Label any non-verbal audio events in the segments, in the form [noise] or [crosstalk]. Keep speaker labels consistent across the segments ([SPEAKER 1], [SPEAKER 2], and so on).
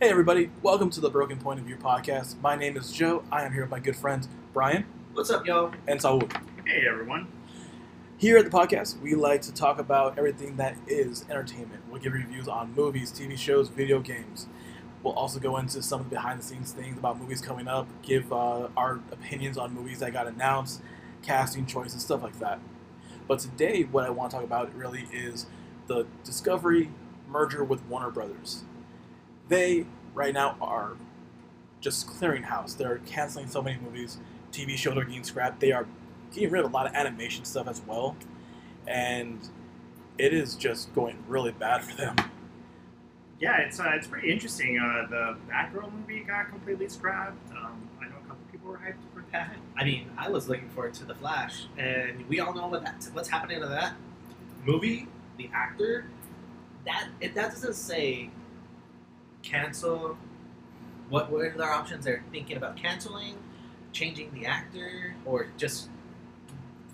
[SPEAKER 1] Hey, everybody, welcome to the Broken Point of View podcast. My name is Joe. I am here with my good friends Brian
[SPEAKER 2] What's up, y'all?
[SPEAKER 1] and Saul.
[SPEAKER 3] Hey everyone.
[SPEAKER 1] Here at the podcast, we like to talk about everything that is entertainment. We'll give reviews on movies, TV shows, video games. We'll also go into some of the behind the scenes things about movies coming up, give uh, our opinions on movies that got announced, casting choices, stuff like that. But today, what I want to talk about really is the Discovery merger with Warner Brothers. They, right now, are just clearing house. They're canceling so many movies, TV shows are getting scrapped. They are getting rid of a lot of animation stuff as well, and it is just going really bad for them.
[SPEAKER 3] Yeah, it's uh, it's pretty interesting. Uh, the Batgirl movie got completely scrapped. Um, I know a couple people were hyped for that.
[SPEAKER 2] I mean, I was looking forward to the Flash, and we all know what that what's happening to that movie. The actor that if that doesn't say cancel, what what are their options? They're thinking about canceling, changing the actor, or just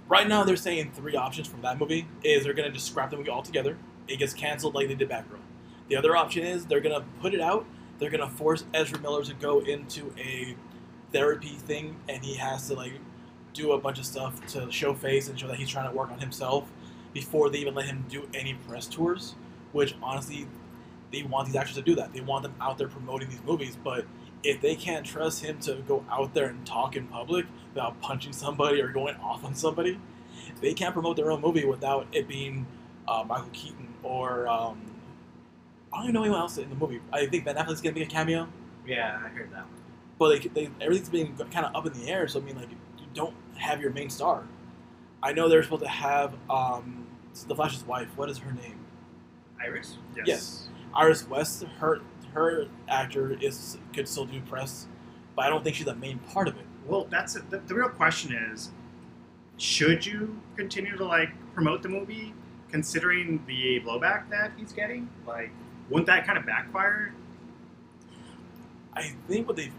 [SPEAKER 1] Right now, they're saying three options from that movie is they're gonna just scrap the movie altogether. It gets canceled like they did Batgirl. The other option is they're gonna put it out. They're gonna force Ezra Miller to go into a therapy thing, and he has to like do a bunch of stuff to show face and show that he's trying to work on himself before they even let him do any press tours. Which honestly, they want these actors to do that. They want them out there promoting these movies, but if they can't trust him to go out there and talk in public without punching somebody or going off on somebody, they can't promote their own movie without it being uh, Michael Keaton or um, I don't even know anyone else in the movie. I think Ben Affleck's gonna make a cameo,
[SPEAKER 2] yeah, I heard that. One.
[SPEAKER 1] but like they, everything's been kind of up in the air. So I mean, like you don't have your main star. I know they're supposed to have um, the Flash's wife. What is her name?
[SPEAKER 2] Iris,
[SPEAKER 3] Yes.
[SPEAKER 1] Yes. Iris West, her her actor is could still do press, but I don't think she's the main part of it.
[SPEAKER 3] Well, that's it. The, the real question is, should you continue to like promote the movie, considering the blowback that he's getting? Like, wouldn't that kind of backfire?
[SPEAKER 1] I think what they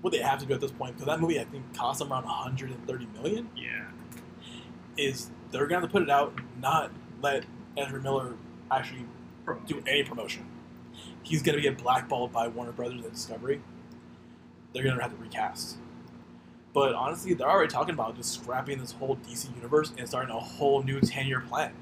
[SPEAKER 1] what they have to do at this point because that movie I think cost them around 130 million
[SPEAKER 3] Yeah.
[SPEAKER 1] is they're gonna have to put it out, not let Ezra Miller actually
[SPEAKER 3] Pro-
[SPEAKER 1] do any promotion. He's gonna get blackballed by Warner Brothers at Discovery. They're gonna have to recast. But honestly, they're already talking about just scrapping this whole DC universe and starting a whole new 10-year plan.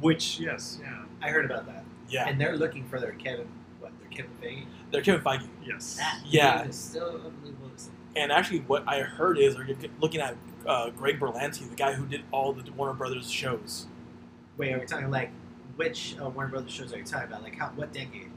[SPEAKER 3] Which yes, yeah,
[SPEAKER 2] I heard about that,
[SPEAKER 1] Yeah,
[SPEAKER 2] and they're looking for their Kevin, what their Kevin Feige.
[SPEAKER 1] they're Kevin Feige.
[SPEAKER 3] yes.
[SPEAKER 2] That
[SPEAKER 1] Yeah.
[SPEAKER 2] dude is so unbelievable. to see.
[SPEAKER 1] And actually, what I heard is they're looking at uh, Greg Berlanti, the guy who did all the Warner Brothers shows.
[SPEAKER 2] Wait, are we talking like which uh, Warner Brothers shows are you talking about? Like how what decade?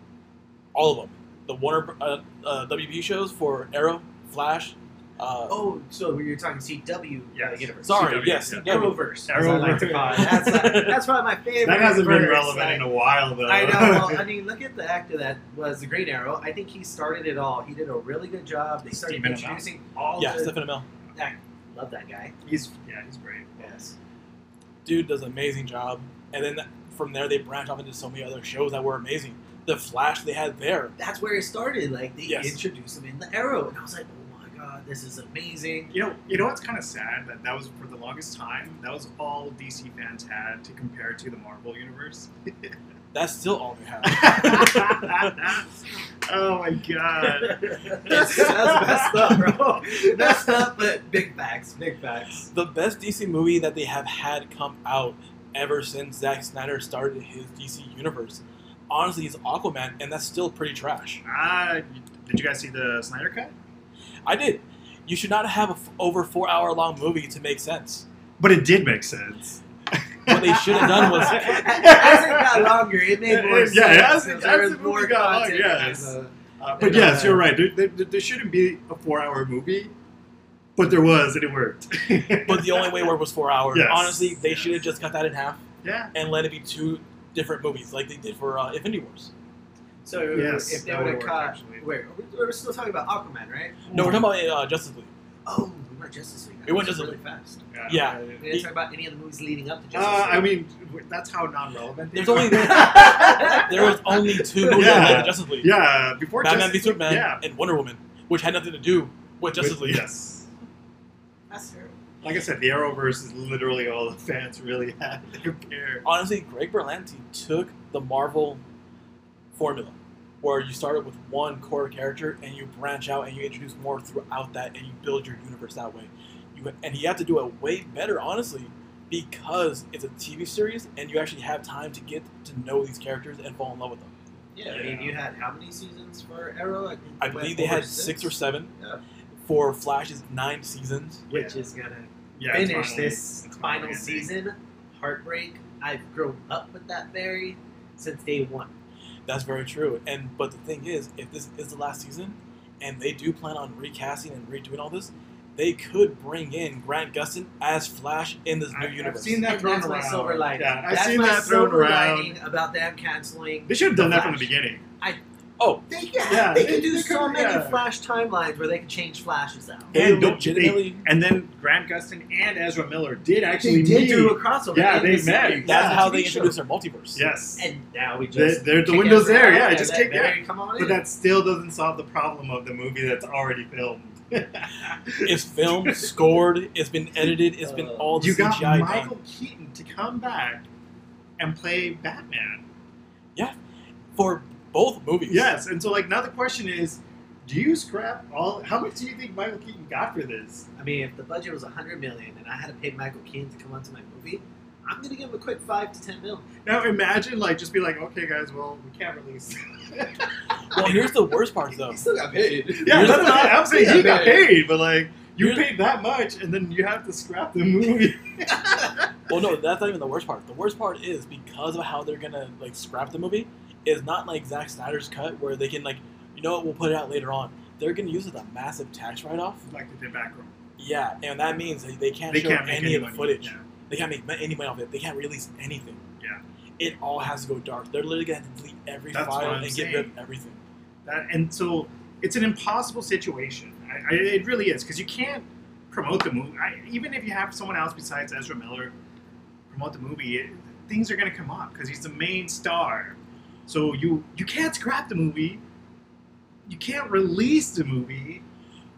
[SPEAKER 1] all of them. The Warner uh, uh, WB shows for Arrow, Flash. Uh,
[SPEAKER 2] Oh, so you're talking CW
[SPEAKER 3] Yes.
[SPEAKER 2] universe.
[SPEAKER 1] sorry,
[SPEAKER 3] CW,
[SPEAKER 1] yes,
[SPEAKER 3] yeah.
[SPEAKER 1] yeah.
[SPEAKER 2] Arrowverse.
[SPEAKER 3] Arrow
[SPEAKER 2] as I like to call it.
[SPEAKER 1] [laughs]
[SPEAKER 2] That's, like, that's probably my favorite.
[SPEAKER 3] That hasn't been
[SPEAKER 2] verse,
[SPEAKER 3] relevant
[SPEAKER 2] like-
[SPEAKER 3] in a while though.
[SPEAKER 2] I know. Well, I mean, look at the actor that was the Green Arrow. I think he started it all. He did a really good job. They started
[SPEAKER 3] Stephen Amell.
[SPEAKER 2] introducing all
[SPEAKER 1] yeah,
[SPEAKER 2] the.
[SPEAKER 1] Stephen Amell.
[SPEAKER 2] Love that guy.
[SPEAKER 3] [laughs] he's yeah, he's great.
[SPEAKER 2] Yes.
[SPEAKER 1] Dude does an amazing job. And then from there, they branch off into so many other shows that were amazing. The Flash they had there.
[SPEAKER 2] That's where it started. Like they
[SPEAKER 1] Yes.
[SPEAKER 2] introduced him in the Arrow, and I was like, oh my god, this
[SPEAKER 1] [laughs]
[SPEAKER 2] is amazing. [laughs]
[SPEAKER 3] You know, you know what's kind of sad that that was for the longest time. That was all DC fans had to compare to the Marvel universe. [laughs]
[SPEAKER 1] That's still all they have.
[SPEAKER 3] oh my god!
[SPEAKER 2] that's, that's messed up, bro. Messed up, but big facts. Big facts.
[SPEAKER 1] the best DC movie that they have had come out ever since Zack Snyder started his DC universe. Honestly, is Aquaman, and that's still pretty trash.
[SPEAKER 3] Uh, did you guys see the Snyder cut?
[SPEAKER 1] I did. You should not have a f- over four hour long movie to make sense.
[SPEAKER 3] But it did make sense.
[SPEAKER 1] What they should have done
[SPEAKER 3] [laughs]
[SPEAKER 1] was
[SPEAKER 2] [laughs] as it got longer, it made more
[SPEAKER 3] Yeah,
[SPEAKER 2] sense.
[SPEAKER 3] yeah, as it-
[SPEAKER 2] because there
[SPEAKER 3] as
[SPEAKER 2] was
[SPEAKER 3] the
[SPEAKER 2] more
[SPEAKER 3] movie got
[SPEAKER 2] content.
[SPEAKER 3] longer, yes.
[SPEAKER 2] Uh,
[SPEAKER 3] Uh, but yes, you're right. There, there, there shouldn't be a four-hour movie, but there was, and it worked.
[SPEAKER 1] But the only way where it was four hours.
[SPEAKER 3] Yes.
[SPEAKER 1] Honestly, they
[SPEAKER 3] Yes.
[SPEAKER 1] should have just cut that in half
[SPEAKER 3] [laughs] yeah,
[SPEAKER 1] and let it be two different movies, like they did for uh, Infinity Wars.
[SPEAKER 2] so
[SPEAKER 3] Yes,
[SPEAKER 2] if they
[SPEAKER 3] that
[SPEAKER 2] would have
[SPEAKER 3] would've
[SPEAKER 2] caught,
[SPEAKER 3] worked, actually.
[SPEAKER 2] wait, we're, we're still talking about Aquaman, right?
[SPEAKER 1] No, we're talking about uh, Justice League.
[SPEAKER 2] Oh, we went Justice League. That
[SPEAKER 1] We went
[SPEAKER 2] was
[SPEAKER 1] Justice
[SPEAKER 2] really fast.
[SPEAKER 1] yeah.
[SPEAKER 2] We didn't talk about any of the movies leading up to Justice
[SPEAKER 3] Uh, I
[SPEAKER 2] League.
[SPEAKER 3] mean, that's how non-relevant. they
[SPEAKER 1] There's
[SPEAKER 3] [laughs]
[SPEAKER 2] [laughs]
[SPEAKER 3] are.
[SPEAKER 1] only there was only two movies
[SPEAKER 3] Yeah.
[SPEAKER 1] that led to Justice League:
[SPEAKER 3] yeah before
[SPEAKER 1] Batman
[SPEAKER 3] Justice
[SPEAKER 1] v Superman
[SPEAKER 3] Yeah.
[SPEAKER 1] and Wonder Woman, which had nothing to do with Justice
[SPEAKER 3] With-
[SPEAKER 1] League.
[SPEAKER 3] Yes.
[SPEAKER 2] That's terrible.
[SPEAKER 3] Like I said, the Arrowverse is literally all the fans really had to compare.
[SPEAKER 1] Honestly, Greg Berlanti took the Marvel formula, where you started with one core character and you branch out and you introduce more throughout that and you build your universe that way. You and you have to do it way better, honestly, because it's a TV series and you actually have time to get to know these characters and fall in love with them.
[SPEAKER 2] Yeah, I mean,
[SPEAKER 3] Yeah.
[SPEAKER 2] you had how many seasons for Arrow? I, think
[SPEAKER 1] I
[SPEAKER 2] it went
[SPEAKER 1] believe they
[SPEAKER 2] over
[SPEAKER 1] had six or seven.
[SPEAKER 2] Yeah.
[SPEAKER 1] For Flash is nine seasons.
[SPEAKER 2] which is gonna
[SPEAKER 3] yeah, it's
[SPEAKER 2] finish
[SPEAKER 3] finally-
[SPEAKER 2] this
[SPEAKER 3] it's finally
[SPEAKER 2] final
[SPEAKER 3] ending.
[SPEAKER 2] season. Heartbreak. I've grown up with that Barry since day one.
[SPEAKER 1] That's very true. And but the thing is, if this is the last season, and they do plan on recasting and redoing all this, they could bring in Grant Gustin as Flash in this new
[SPEAKER 3] I, have
[SPEAKER 1] universe.
[SPEAKER 3] seen that
[SPEAKER 2] And
[SPEAKER 3] thrown
[SPEAKER 2] that's my
[SPEAKER 3] around.
[SPEAKER 2] silver lining.
[SPEAKER 3] Yeah, I've
[SPEAKER 2] That's
[SPEAKER 3] seen
[SPEAKER 2] my
[SPEAKER 3] that thrown
[SPEAKER 2] silver
[SPEAKER 3] around.
[SPEAKER 2] lining about them canceling.
[SPEAKER 3] They should have done that from the
[SPEAKER 2] Flash.
[SPEAKER 3] beginning.
[SPEAKER 2] They, yeah,
[SPEAKER 3] Yeah,
[SPEAKER 2] they,
[SPEAKER 3] they-
[SPEAKER 2] can do
[SPEAKER 3] they
[SPEAKER 2] so
[SPEAKER 3] could-
[SPEAKER 2] many
[SPEAKER 3] yeah.
[SPEAKER 2] Flash timelines where they can change Flashes out.
[SPEAKER 3] They
[SPEAKER 1] And
[SPEAKER 3] legit-
[SPEAKER 1] legitimately,
[SPEAKER 3] And then Grant Gustin and Ezra Miller did actually
[SPEAKER 2] They did
[SPEAKER 3] meet.
[SPEAKER 2] do a crossover.
[SPEAKER 3] Yeah,
[SPEAKER 2] in
[SPEAKER 3] they
[SPEAKER 2] the
[SPEAKER 3] met.
[SPEAKER 2] series.
[SPEAKER 1] that's
[SPEAKER 3] Yeah,
[SPEAKER 1] how
[SPEAKER 2] TV
[SPEAKER 1] they
[SPEAKER 2] show.
[SPEAKER 1] introduce their multiverse.
[SPEAKER 3] yes.
[SPEAKER 2] And now we
[SPEAKER 3] The,
[SPEAKER 2] just
[SPEAKER 3] the, the
[SPEAKER 2] kick
[SPEAKER 3] window's
[SPEAKER 2] everyone
[SPEAKER 3] there.
[SPEAKER 2] out
[SPEAKER 3] Yeah,
[SPEAKER 2] and
[SPEAKER 3] just
[SPEAKER 2] let
[SPEAKER 3] kick that.
[SPEAKER 2] Barry come on
[SPEAKER 3] But
[SPEAKER 2] in.
[SPEAKER 3] that still doesn't solve the problem of the movie that's already filmed. [laughs]
[SPEAKER 1] It's filmed, scored, it's been edited, it's been
[SPEAKER 2] Uh,
[SPEAKER 1] all the
[SPEAKER 3] you got
[SPEAKER 1] CGI done.
[SPEAKER 3] Michael Keaton to come back and play Batman.
[SPEAKER 1] for both movies.
[SPEAKER 3] Yes, and so like now the question is, do you scrap all? How much do you think Michael Keaton got for this?
[SPEAKER 2] I mean, if the budget was 100 million and I had to pay Michael Keaton to come onto my movie, I'm gonna give him a quick five to 10 mil.
[SPEAKER 3] Now imagine like just be like, okay guys, well we can't [laughs] release.
[SPEAKER 1] Well, here's the worst part though.
[SPEAKER 2] He still got paid.
[SPEAKER 3] yeah,
[SPEAKER 1] You're
[SPEAKER 3] that's not, I'm saying he got
[SPEAKER 2] Yeah, man.
[SPEAKER 3] paid, but like you
[SPEAKER 1] You're-
[SPEAKER 3] paid that much and then you have to scrap the movie.
[SPEAKER 1] Well, no, that's not even the worst part. The worst part is because of how they're gonna like scrap the movie. Is not like Zack Snyder's cut where they can like, you know what, we'll put it out later on. They're gonna use it as a massive tax write-off.
[SPEAKER 3] like the back room.
[SPEAKER 1] Yeah, and that means that they can't
[SPEAKER 3] They
[SPEAKER 1] show
[SPEAKER 3] can't make
[SPEAKER 1] any of the
[SPEAKER 3] money.
[SPEAKER 1] footage.
[SPEAKER 3] Yeah.
[SPEAKER 1] They can't make ma- any money off it. They can't release anything.
[SPEAKER 3] Yeah.
[SPEAKER 1] It all has to go dark. They're literally gonna have to delete every
[SPEAKER 3] That's what
[SPEAKER 1] file
[SPEAKER 3] I'm
[SPEAKER 1] and get rid of everything.
[SPEAKER 3] That, and so it's an impossible situation. I, I, it really is because you can't promote the movie. I, even if you have someone else besides Ezra Miller promote the movie, it, things are going to come up because he's the main star. So you you can't scrap the movie. You can't release the movie.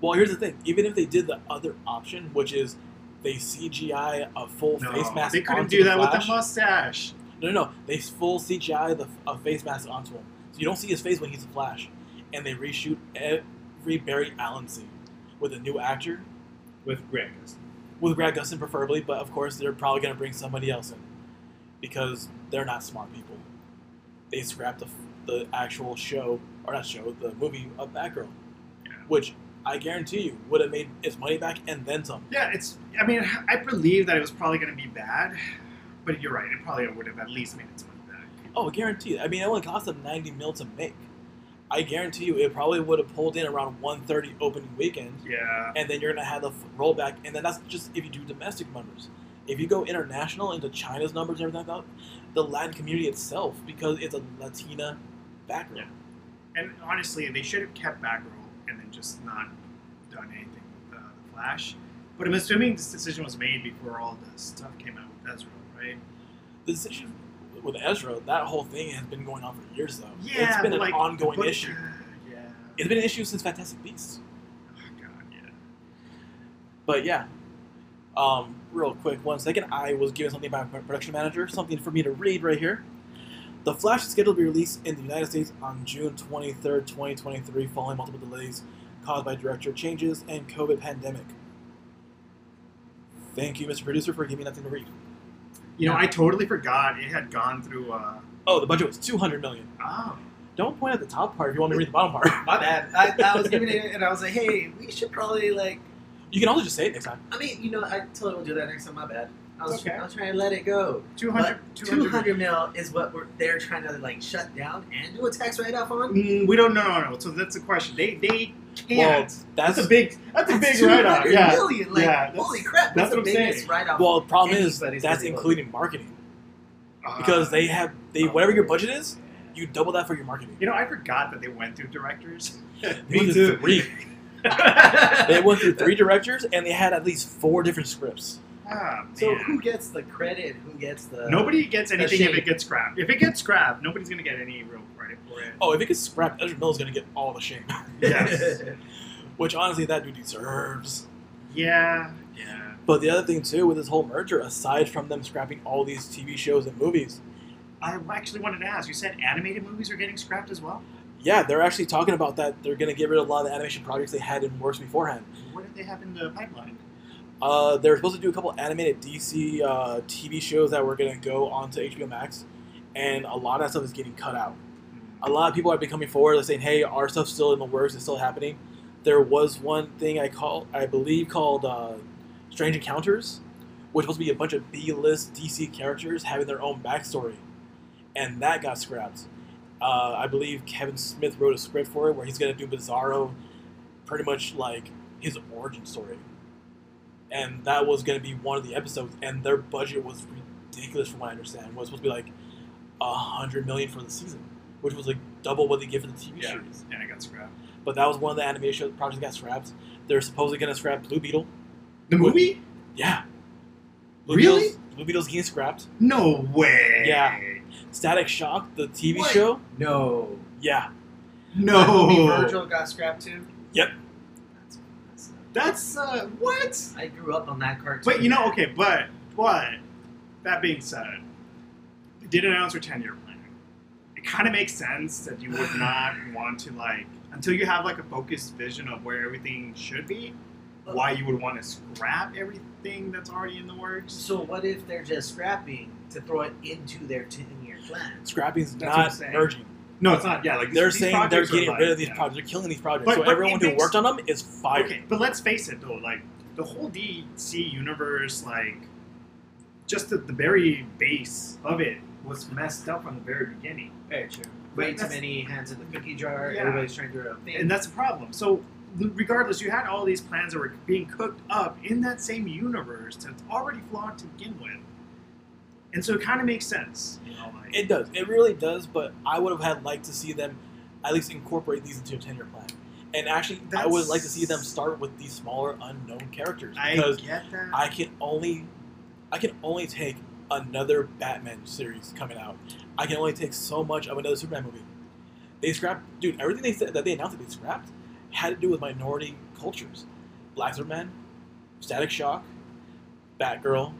[SPEAKER 1] Well, here's the thing. Even if they did the other option, which is they CGI a full
[SPEAKER 3] No,
[SPEAKER 1] face mask,
[SPEAKER 3] they couldn't
[SPEAKER 1] onto
[SPEAKER 3] do
[SPEAKER 1] the
[SPEAKER 3] that with
[SPEAKER 1] Flash.
[SPEAKER 3] the mustache.
[SPEAKER 1] No, no, no. They full CGI the a face mask onto him, so you don't see his face when he's a Flash. And they reshoot every Barry Allen scene with a new actor,
[SPEAKER 3] With Greg.
[SPEAKER 1] with Greg Gustin preferably. But of course, they're probably gonna bring somebody else in because they're not smart people. They scrapped the f- the actual show or not show the movie of Batgirl,
[SPEAKER 3] Yeah.
[SPEAKER 1] which I guarantee you would have made its money back and then some.
[SPEAKER 3] Yeah, it's. I mean, I believe that it was probably going to be bad, but you're right. It probably would have at least made its money back.
[SPEAKER 1] Oh, guaranteed. I mean, it only cost them 90 mil to make. I guarantee you, it probably would have pulled in around 130 opening weekend,
[SPEAKER 3] Yeah.
[SPEAKER 1] and then you're gonna have the f- rollback, and then that's just if you do domestic numbers. If you go international into China's numbers and everything like that, the Latin community itself, because it's a Latina background.
[SPEAKER 3] And honestly, they should have kept Batgirl and then just not done anything with uh, the Flash. But I'm assuming this decision was made before all the stuff came out with Ezra, right?
[SPEAKER 1] The decision with Ezra, that whole thing has been going on for years, though.
[SPEAKER 3] Yeah,
[SPEAKER 1] it's been
[SPEAKER 3] but,
[SPEAKER 1] an
[SPEAKER 3] like,
[SPEAKER 1] ongoing
[SPEAKER 3] but-
[SPEAKER 1] issue.
[SPEAKER 3] Yeah.
[SPEAKER 1] It's been an issue since Fantastic Beasts.
[SPEAKER 3] Oh, God, yeah.
[SPEAKER 1] But yeah, um, real quick, one second. I was given something by my production manager, something for me to read right here. The Flash is scheduled to be released in the United States on June 23rd, 2023, following multiple delays caused by director changes and COVID pandemic. Thank you, Mr. Producer, for giving me nothing to read.
[SPEAKER 3] You know, I totally forgot it had gone through. Uh,
[SPEAKER 1] Oh, the budget was 200 million.
[SPEAKER 3] oh,
[SPEAKER 1] Don't point at the top part if you want me to read the bottom part. [laughs]
[SPEAKER 2] My bad. I, I was giving it, and I was like, hey, we should probably like.
[SPEAKER 1] You can also just say it next time.
[SPEAKER 2] I mean, you know, I totally will do that next time. My bad. I was,
[SPEAKER 3] Okay.
[SPEAKER 2] I was trying to let it go.
[SPEAKER 3] 200,
[SPEAKER 2] 200,
[SPEAKER 3] 200
[SPEAKER 2] mil is what we're they're trying to like shut down and do a tax write off on.
[SPEAKER 3] Mm, we don't know. No, no. So that's the question. They they
[SPEAKER 1] Well,
[SPEAKER 3] can't.
[SPEAKER 1] that's
[SPEAKER 3] that's a big. That's a big
[SPEAKER 2] That's
[SPEAKER 3] write off.
[SPEAKER 2] 200
[SPEAKER 3] Yeah.
[SPEAKER 2] million, Like,
[SPEAKER 3] Yeah, that's-
[SPEAKER 2] holy crap!
[SPEAKER 3] that's
[SPEAKER 2] That's, the
[SPEAKER 3] what I'm
[SPEAKER 2] biggest
[SPEAKER 3] saying.
[SPEAKER 2] write off.
[SPEAKER 1] well. The problem is
[SPEAKER 2] Anybody's
[SPEAKER 1] that's
[SPEAKER 2] gonna be-
[SPEAKER 1] including marketing
[SPEAKER 3] Uh,
[SPEAKER 1] because they have they whatever your budget is, you double that for your marketing.
[SPEAKER 3] You know, I forgot that they went through directors.
[SPEAKER 1] They went through
[SPEAKER 3] [laughs]
[SPEAKER 1] three. They went through three directors, and they had at least four different scripts.
[SPEAKER 3] Ah,
[SPEAKER 2] so
[SPEAKER 3] man.
[SPEAKER 2] who gets the credit? Who gets the [laughs]
[SPEAKER 3] Nobody gets anything
[SPEAKER 2] Uh, shame.
[SPEAKER 3] if it gets scrapped. If it gets scrapped, nobody's gonna get any real credit for it.
[SPEAKER 1] Oh, if it gets scrapped, Ezra Miller's gonna get all the shame, [laughs]
[SPEAKER 3] Yes.
[SPEAKER 1] which honestly that dude deserves.
[SPEAKER 3] [laughs] yeah. Yeah.
[SPEAKER 1] But the other thing too with this whole merger, aside from them scrapping all these TV shows and movies,
[SPEAKER 3] I actually wanted to ask. You said animated movies are getting scrapped as well.
[SPEAKER 1] Yeah, they're actually talking about that. They're going to get rid of a lot of the animation projects they had in works beforehand.
[SPEAKER 3] What did they have in the pipeline?
[SPEAKER 1] Uh, they're supposed to do a couple animated DC uh, TV shows that were going to go onto HBO Max, and a lot of that stuff is getting cut out.
[SPEAKER 3] Hmm.
[SPEAKER 1] A lot of people have been coming forward and saying, "Hey, our stuff's still in the works. It's still happening." There was one thing I call, I believe, called uh, Strange Encounters, which was supposed to be a bunch of B-list DC characters having their own backstory, and that got scrapped. Uh, I believe Kevin Smith wrote a script for it where he's going to do Bizarro, pretty much like his origin story and that was going to be one of the episodes. And their budget was ridiculous, from what I understand. It was supposed to be like a hundred million for the season, which was like double what they give for the TV
[SPEAKER 3] Yeah.
[SPEAKER 1] series.
[SPEAKER 3] And it got scrapped.
[SPEAKER 1] But that was one of the animation projects that got scrapped. They're supposedly going to scrap Blue Beetle.
[SPEAKER 3] The
[SPEAKER 1] What?
[SPEAKER 3] movie?
[SPEAKER 1] Yeah.
[SPEAKER 3] Really?
[SPEAKER 1] Beetle's, Blue Beetle's getting scrapped.
[SPEAKER 3] No way.
[SPEAKER 1] Yeah. Static Shock, the TV
[SPEAKER 3] What?
[SPEAKER 1] show.
[SPEAKER 2] No.
[SPEAKER 1] Yeah.
[SPEAKER 2] That movie
[SPEAKER 3] No.
[SPEAKER 2] Virgil got scrapped too.
[SPEAKER 1] Yep.
[SPEAKER 2] That's, that's,
[SPEAKER 3] That's uh, what?
[SPEAKER 2] I grew up on that cartoon.
[SPEAKER 3] But you know, okay, but but that being said, they did announce their ten-year plan. It kind of makes sense that you
[SPEAKER 1] [sighs]
[SPEAKER 3] would not want to like until you have like a focused vision of where everything should be.
[SPEAKER 1] Uh,
[SPEAKER 3] Why you would want to scrap everything that's already in the works?
[SPEAKER 2] So what if they're just scrapping to throw it into their ten-year plan?
[SPEAKER 1] Scrapping's
[SPEAKER 3] That's what I'm
[SPEAKER 1] not
[SPEAKER 3] saying.
[SPEAKER 1] merging.
[SPEAKER 3] No, it's not. Yeah, like
[SPEAKER 1] They're
[SPEAKER 3] these
[SPEAKER 1] saying they're
[SPEAKER 3] projects are,
[SPEAKER 1] getting
[SPEAKER 3] like,
[SPEAKER 1] rid of these
[SPEAKER 3] yeah.
[SPEAKER 1] projects. They're killing these projects.
[SPEAKER 3] But-
[SPEAKER 1] so
[SPEAKER 3] but it
[SPEAKER 1] everyone who
[SPEAKER 3] makes-
[SPEAKER 1] worked on them is fired.
[SPEAKER 3] Okay, but let's face it though, like the whole DC universe, like just the, the very base of it was messed up from the very beginning.
[SPEAKER 2] Very true.
[SPEAKER 3] But
[SPEAKER 2] Way too
[SPEAKER 3] that's-
[SPEAKER 2] many hands in the cookie jar.
[SPEAKER 3] Yeah.
[SPEAKER 2] Everybody's trying to do their own thing.
[SPEAKER 3] and that's a problem. So, regardless, you had all these plans that were being cooked up in that same universe that's already flawed to begin with, and so it kind of makes sense. You know, like,
[SPEAKER 1] It does. It really does. But I would have had liked to see them at least incorporate these into a ten-year plan. And actually, I would
[SPEAKER 3] That's-
[SPEAKER 1] like to see them start with these smaller unknown characters
[SPEAKER 3] I
[SPEAKER 1] because
[SPEAKER 3] get that.
[SPEAKER 1] I can only, I can only take another Batman series coming out. I can only take so much of another Superman movie. They scrapped, dude. Everything they said that they announced that they scrapped had to do with minority cultures. Black Superman, Static Shock, Batgirl,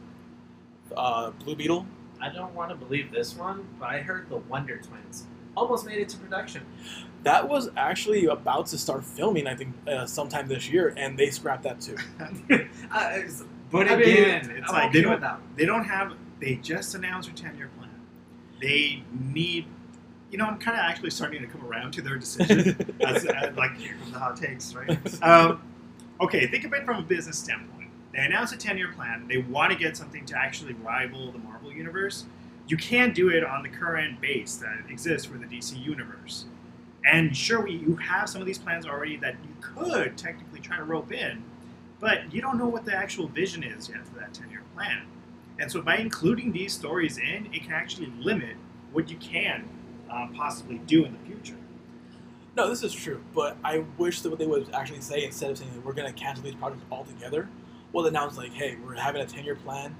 [SPEAKER 1] uh, Blue Beetle.
[SPEAKER 2] I don't want to believe this one, but I heard the Wonder Twins almost made it to production.
[SPEAKER 1] That was actually about to start filming, I think, uh, sometime this year, and they scrapped that too.
[SPEAKER 2] Uh, it's,
[SPEAKER 3] but
[SPEAKER 2] I mean,
[SPEAKER 3] again, it's
[SPEAKER 2] I'm
[SPEAKER 3] like
[SPEAKER 2] okay with
[SPEAKER 3] they don't,
[SPEAKER 2] that.
[SPEAKER 3] they don't have. They just announced their ten-year plan. They need. You know, I'm kind of actually starting to come around to their decision. as, as, uh, like here comes the hot takes, right? um, okay, think of it from a business standpoint. They announced a 10 year plan. They want to get something to actually rival the Marvel Universe. You can't do it on the current base that exists for the DC Universe. And sure, we, you have some of these plans already that you could technically try to rope in, but you don't know what the actual vision is yet for that 10 year plan. And so by including these stories in, it can actually limit what you can um, possibly do in the future.
[SPEAKER 1] no, this is true, but I wish that what they would actually say instead of saying that we're going to cancel these projects altogether, well, then now it's like, hey, we're having a 10 year plan.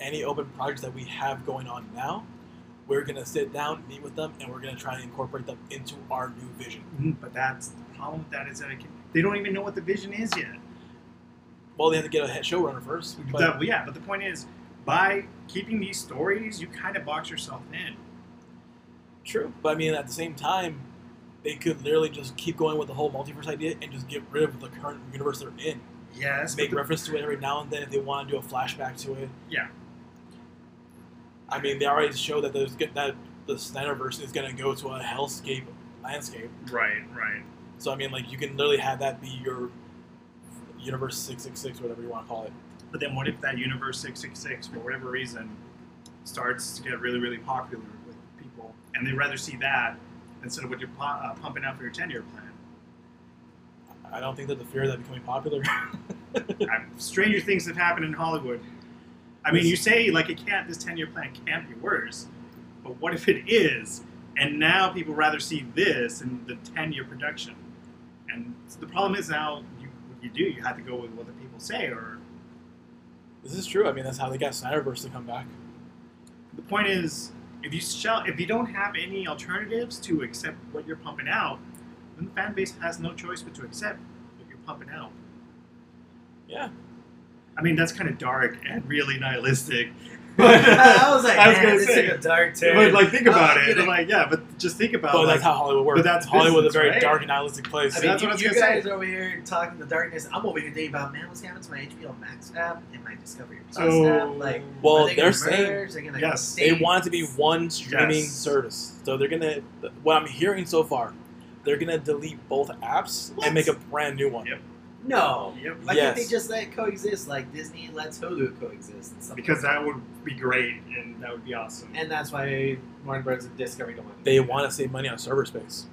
[SPEAKER 1] Any open projects that we have going on now, we're going to sit down, meet with them, and we're going to try and incorporate them into our new vision.
[SPEAKER 3] Mm, but that's the problem with that is that it can, they don't even know what the vision is yet.
[SPEAKER 1] Well, they have to get a head showrunner first.
[SPEAKER 3] But,
[SPEAKER 1] But
[SPEAKER 3] well, yeah, but the point is, by keeping these stories, you kind of box yourself in.
[SPEAKER 1] True, but I mean, at the same time, they could literally just keep going with the whole multiverse idea and just get rid of the current universe they're in.
[SPEAKER 3] Yes,
[SPEAKER 1] make
[SPEAKER 3] but the-
[SPEAKER 1] reference to it every now and then if they want to do a flashback to it.
[SPEAKER 3] Yeah.
[SPEAKER 1] I mean, they already show that there's get that the Snyderverse is going to go to a hellscape landscape.
[SPEAKER 3] right, right.
[SPEAKER 1] So I mean, like you can literally have that be your universe six six six, whatever you want to call it.
[SPEAKER 3] But then, what if that universe six six six, for whatever reason, starts to get really, really popular with people, and they rather see that instead of what you're pu- uh, pumping out for your ten year plan?
[SPEAKER 1] I don't think that the fear of that becoming popular. [laughs]
[SPEAKER 3] i stranger things have happened in Hollywood. I mean, you say like it can't. This ten year plan can't be worse, but what if it is? And now people rather see this than the ten year production. And the problem is now you what you do you have to go with what the people say. Or
[SPEAKER 1] this is true. I mean, that's how they got Snyderverse to come back.
[SPEAKER 3] the point is, if you shall, if you don't have any alternatives to accept what you're pumping out, then the fan base has no choice but to accept what you're pumping out.
[SPEAKER 1] Yeah.
[SPEAKER 3] I mean, that's kind of dark and really nihilistic.
[SPEAKER 2] [laughs]
[SPEAKER 3] But, [laughs]
[SPEAKER 2] I was like,
[SPEAKER 3] I was
[SPEAKER 2] man,
[SPEAKER 3] gonna
[SPEAKER 2] this
[SPEAKER 3] say,
[SPEAKER 2] took a dark turn.
[SPEAKER 3] but like, think
[SPEAKER 2] Oh, [laughs]
[SPEAKER 3] about
[SPEAKER 2] you
[SPEAKER 3] it.
[SPEAKER 2] know.
[SPEAKER 3] I'm like, yeah, but just think about
[SPEAKER 1] But
[SPEAKER 3] like,
[SPEAKER 1] that's how Hollywood works.
[SPEAKER 3] but that's
[SPEAKER 1] Hollywood's
[SPEAKER 3] business,
[SPEAKER 1] a very
[SPEAKER 3] right?
[SPEAKER 1] dark and nihilistic place.
[SPEAKER 2] I
[SPEAKER 3] So
[SPEAKER 2] mean,
[SPEAKER 3] that's
[SPEAKER 2] you,
[SPEAKER 3] what I was
[SPEAKER 2] you
[SPEAKER 3] gonna
[SPEAKER 2] guys over here talking the darkness. I'm over here thinking about, man, what's happening to my HBO Max app and my Discovery Plus
[SPEAKER 3] so
[SPEAKER 2] app? Like,
[SPEAKER 1] Well,
[SPEAKER 2] are they
[SPEAKER 1] they're
[SPEAKER 2] gonna
[SPEAKER 1] saying-
[SPEAKER 2] merge? They're gonna
[SPEAKER 3] Yes.
[SPEAKER 1] they
[SPEAKER 2] stay-
[SPEAKER 1] want it to be one streaming
[SPEAKER 3] Yes.
[SPEAKER 1] service. So they're gonna. What I'm hearing so far, they're gonna delete both apps
[SPEAKER 3] What?
[SPEAKER 1] and make a brand new one.
[SPEAKER 3] Yep.
[SPEAKER 2] No.
[SPEAKER 3] Yep.
[SPEAKER 2] Why can't they
[SPEAKER 1] Yes.
[SPEAKER 2] just let it coexist? Like Disney lets Hulu coexist. And stuff
[SPEAKER 3] because
[SPEAKER 2] like
[SPEAKER 3] that would be great and that would be awesome.
[SPEAKER 2] And that's why Warner Bros. and Discovery don't want to.
[SPEAKER 1] They want to save money on server space.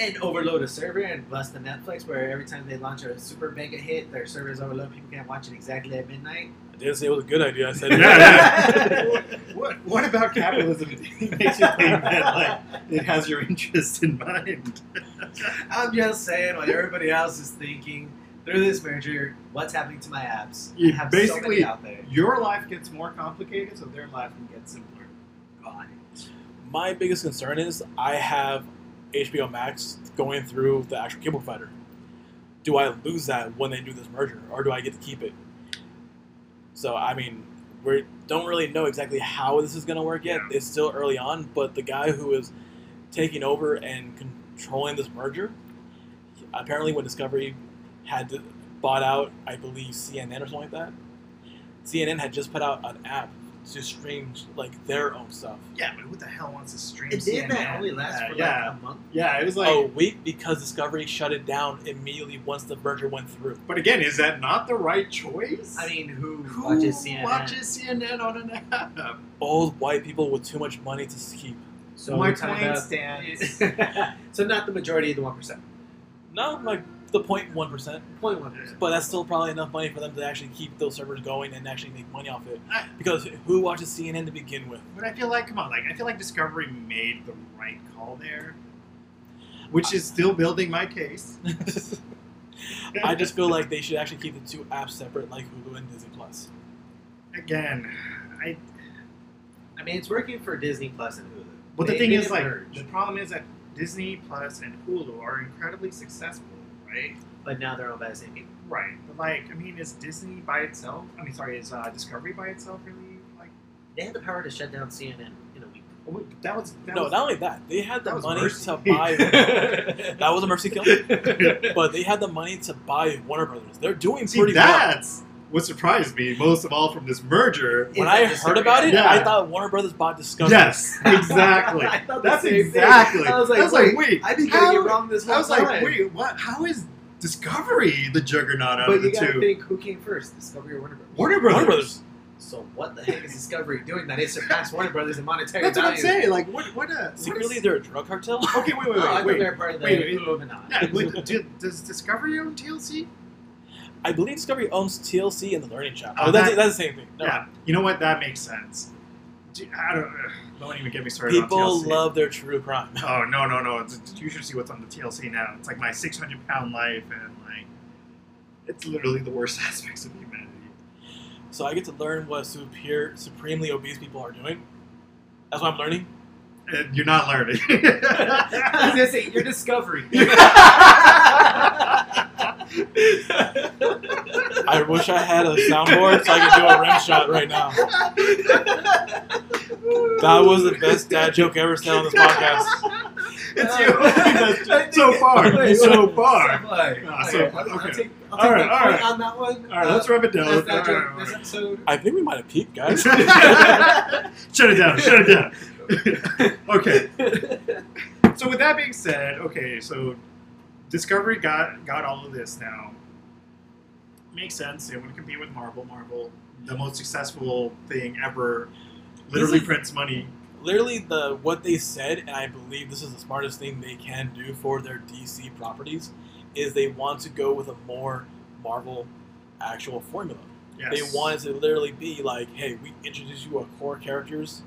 [SPEAKER 2] and overload a server and bust the Netflix, where every time they launch a super mega hit, their server is overloaded. People can't watch it exactly at midnight.
[SPEAKER 1] I didn't say it was a good idea. I
[SPEAKER 3] [laughs]
[SPEAKER 1] said
[SPEAKER 3] Yeah,
[SPEAKER 1] it [laughs]
[SPEAKER 3] yeah. what what about capitalism makes you think that like it has your interest in mind?
[SPEAKER 2] I'm just saying what everybody else is thinking through this merger. What's happening to my apps?
[SPEAKER 3] You
[SPEAKER 2] I have so
[SPEAKER 3] basically-
[SPEAKER 2] many out there.
[SPEAKER 3] Your life gets more complicated, so their life can get simpler.
[SPEAKER 2] God.
[SPEAKER 1] My biggest concern is I have HBO Max going through the actual cable provider. Do I lose that when they do this merger, or do I get to keep it? So I mean, we don't really know exactly how this is going to work yet. It's still early on, but the guy who is taking over and controlling this merger, apparently when Discovery had to, bought out, I believe CNN or something like that, CNN had just put out an app to stream like their own stuff.
[SPEAKER 3] Yeah, but who the hell wants to stream?
[SPEAKER 2] It did
[SPEAKER 3] CNN?
[SPEAKER 2] that only last
[SPEAKER 3] Uh,
[SPEAKER 2] for
[SPEAKER 3] yeah,
[SPEAKER 2] like a month.
[SPEAKER 3] yeah. It was like,
[SPEAKER 1] a week because Discovery shut it down immediately once the merger went through.
[SPEAKER 3] but again, is that not the right choice?
[SPEAKER 2] I mean, who,
[SPEAKER 3] who
[SPEAKER 2] watches CNN?
[SPEAKER 3] watches CNN on an app?
[SPEAKER 1] Old white people with too much money to keep.
[SPEAKER 2] So
[SPEAKER 3] My
[SPEAKER 2] we're talking
[SPEAKER 3] point
[SPEAKER 2] about-
[SPEAKER 3] stands.
[SPEAKER 2] [laughs] so not the majority of the one percent.
[SPEAKER 1] No, like the 0.1 percent,
[SPEAKER 2] Point one percent.
[SPEAKER 1] but that's still probably enough money for them to actually keep those servers going and actually make money off it.
[SPEAKER 3] I-
[SPEAKER 1] Because who watches CNN to begin
[SPEAKER 3] [laughs]
[SPEAKER 1] with?
[SPEAKER 3] But I feel like, come on, like I feel like Discovery made the right call there, which is still building my case.
[SPEAKER 1] I just feel like they should actually keep the two apps separate, like Hulu and Disney Plus.
[SPEAKER 3] [laughs] again, I.
[SPEAKER 2] I mean, it's working for Disney Plus and Hulu.
[SPEAKER 3] But the
[SPEAKER 2] They
[SPEAKER 3] thing
[SPEAKER 2] made
[SPEAKER 3] is,
[SPEAKER 2] it
[SPEAKER 3] like,
[SPEAKER 2] merge,
[SPEAKER 3] the problem is that Disney Plus and Hulu are incredibly successful, right?
[SPEAKER 2] but now they're owned by the same people.
[SPEAKER 3] Right. But like, I mean, is Disney by itself? I mean, sorry, is uh, Discovery by itself really like?
[SPEAKER 2] They had the power to shut down CNN in a week.
[SPEAKER 3] oh, wait, That was that
[SPEAKER 1] no,
[SPEAKER 3] was,
[SPEAKER 1] not only that, they had the
[SPEAKER 3] that was
[SPEAKER 1] money
[SPEAKER 3] mercy. [laughs]
[SPEAKER 1] to buy. that was a mercy kill, but they had the money to buy Warner Brothers. They're doing
[SPEAKER 3] See,
[SPEAKER 1] pretty well.
[SPEAKER 3] that's what surprised me most of all from this merger.
[SPEAKER 1] When
[SPEAKER 2] Is
[SPEAKER 1] I
[SPEAKER 2] that Discovery?
[SPEAKER 1] heard about it,
[SPEAKER 3] Yeah.
[SPEAKER 1] I thought Warner Brothers bought Discovery.
[SPEAKER 3] Yes, [laughs]
[SPEAKER 2] [laughs]
[SPEAKER 3] exactly.
[SPEAKER 2] I thought the
[SPEAKER 3] that's
[SPEAKER 2] same thing.
[SPEAKER 3] exactly.
[SPEAKER 2] I was like,
[SPEAKER 3] like,
[SPEAKER 2] wait,
[SPEAKER 3] wait,
[SPEAKER 2] I've been
[SPEAKER 3] how-
[SPEAKER 2] getting it wrong this whole
[SPEAKER 3] I was
[SPEAKER 2] time.
[SPEAKER 3] like, wait, what? How is Discovery the juggernaut out
[SPEAKER 2] but
[SPEAKER 3] of the
[SPEAKER 2] you gotta
[SPEAKER 3] two?
[SPEAKER 2] think who came first, Discovery or Warner Brothers?
[SPEAKER 3] Warner Brothers.
[SPEAKER 1] Warner Brothers.
[SPEAKER 2] So what the heck is Discovery doing that it surpassed Warner Brothers in monetary
[SPEAKER 3] That's what
[SPEAKER 2] value?
[SPEAKER 3] I'm saying. Like, what? What a What
[SPEAKER 1] Secretly,
[SPEAKER 3] is,
[SPEAKER 1] they're a drug cartel.
[SPEAKER 3] okay, wait, wait,
[SPEAKER 2] Oh, I
[SPEAKER 3] wait,
[SPEAKER 2] thought
[SPEAKER 3] wait.
[SPEAKER 2] they were part of the
[SPEAKER 3] wait, wait.
[SPEAKER 2] Illuminati. [laughs]
[SPEAKER 3] Yeah, wait, do, does Discovery own TLC?
[SPEAKER 1] I believe Discovery owns TLC and the Learning Shop.
[SPEAKER 3] Oh,
[SPEAKER 1] Oh, that's,
[SPEAKER 3] that-
[SPEAKER 1] that's the same thing. No.
[SPEAKER 3] Yeah, you know what? That makes sense. Do- I don't. ugh, Don't even get me started.
[SPEAKER 1] People
[SPEAKER 3] on TLC.
[SPEAKER 1] love their true crime.
[SPEAKER 3] Oh no no no! It's, you should see what's on the TLC now. It's like my 600 pound life, and like, it's literally the worst [laughs] aspects of humanity.
[SPEAKER 1] So I get to learn what super, supremely obese people are doing. That's what I'm learning.
[SPEAKER 3] And you're not learning.
[SPEAKER 2] [laughs] I was gonna say, your Discovery.
[SPEAKER 1] I wish I had a soundboard so I could do a rim shot right now. That was the best dad joke ever said on this podcast.
[SPEAKER 3] [laughs] [laughs] It's
[SPEAKER 2] [laughs]
[SPEAKER 3] [laughs] your only best so far.
[SPEAKER 2] Wait,
[SPEAKER 3] so
[SPEAKER 2] wait.
[SPEAKER 3] far.
[SPEAKER 2] So far.
[SPEAKER 3] Ah, so
[SPEAKER 2] Okay,
[SPEAKER 3] far,
[SPEAKER 2] I'll- I'll
[SPEAKER 3] okay.
[SPEAKER 2] take- I'll
[SPEAKER 3] All
[SPEAKER 2] take
[SPEAKER 3] right,
[SPEAKER 2] the
[SPEAKER 3] all
[SPEAKER 2] point
[SPEAKER 3] right.
[SPEAKER 2] on that one.
[SPEAKER 3] All right, let's
[SPEAKER 2] Uh,
[SPEAKER 3] wrap it down.
[SPEAKER 2] that's
[SPEAKER 3] Let's
[SPEAKER 2] not
[SPEAKER 3] wrap
[SPEAKER 2] during
[SPEAKER 3] it
[SPEAKER 2] this
[SPEAKER 3] down.
[SPEAKER 2] episode.
[SPEAKER 1] I think we might have peaked,
[SPEAKER 3] [laughs]
[SPEAKER 1] guys.
[SPEAKER 3] shut it down. Shut it down. okay. So with that being said, okay, so Discovery got got all of this now. Makes sense. They want to compete with Marvel. Marvel, the most successful thing ever, literally
[SPEAKER 1] This is-
[SPEAKER 3] prints money.
[SPEAKER 1] Literally, the what they said, and I believe this is the smartest thing they can do for their DC properties, is they want to go with a more Marvel actual formula.
[SPEAKER 3] Yes.
[SPEAKER 1] They wanted to literally be like, hey, we introduce you our core characters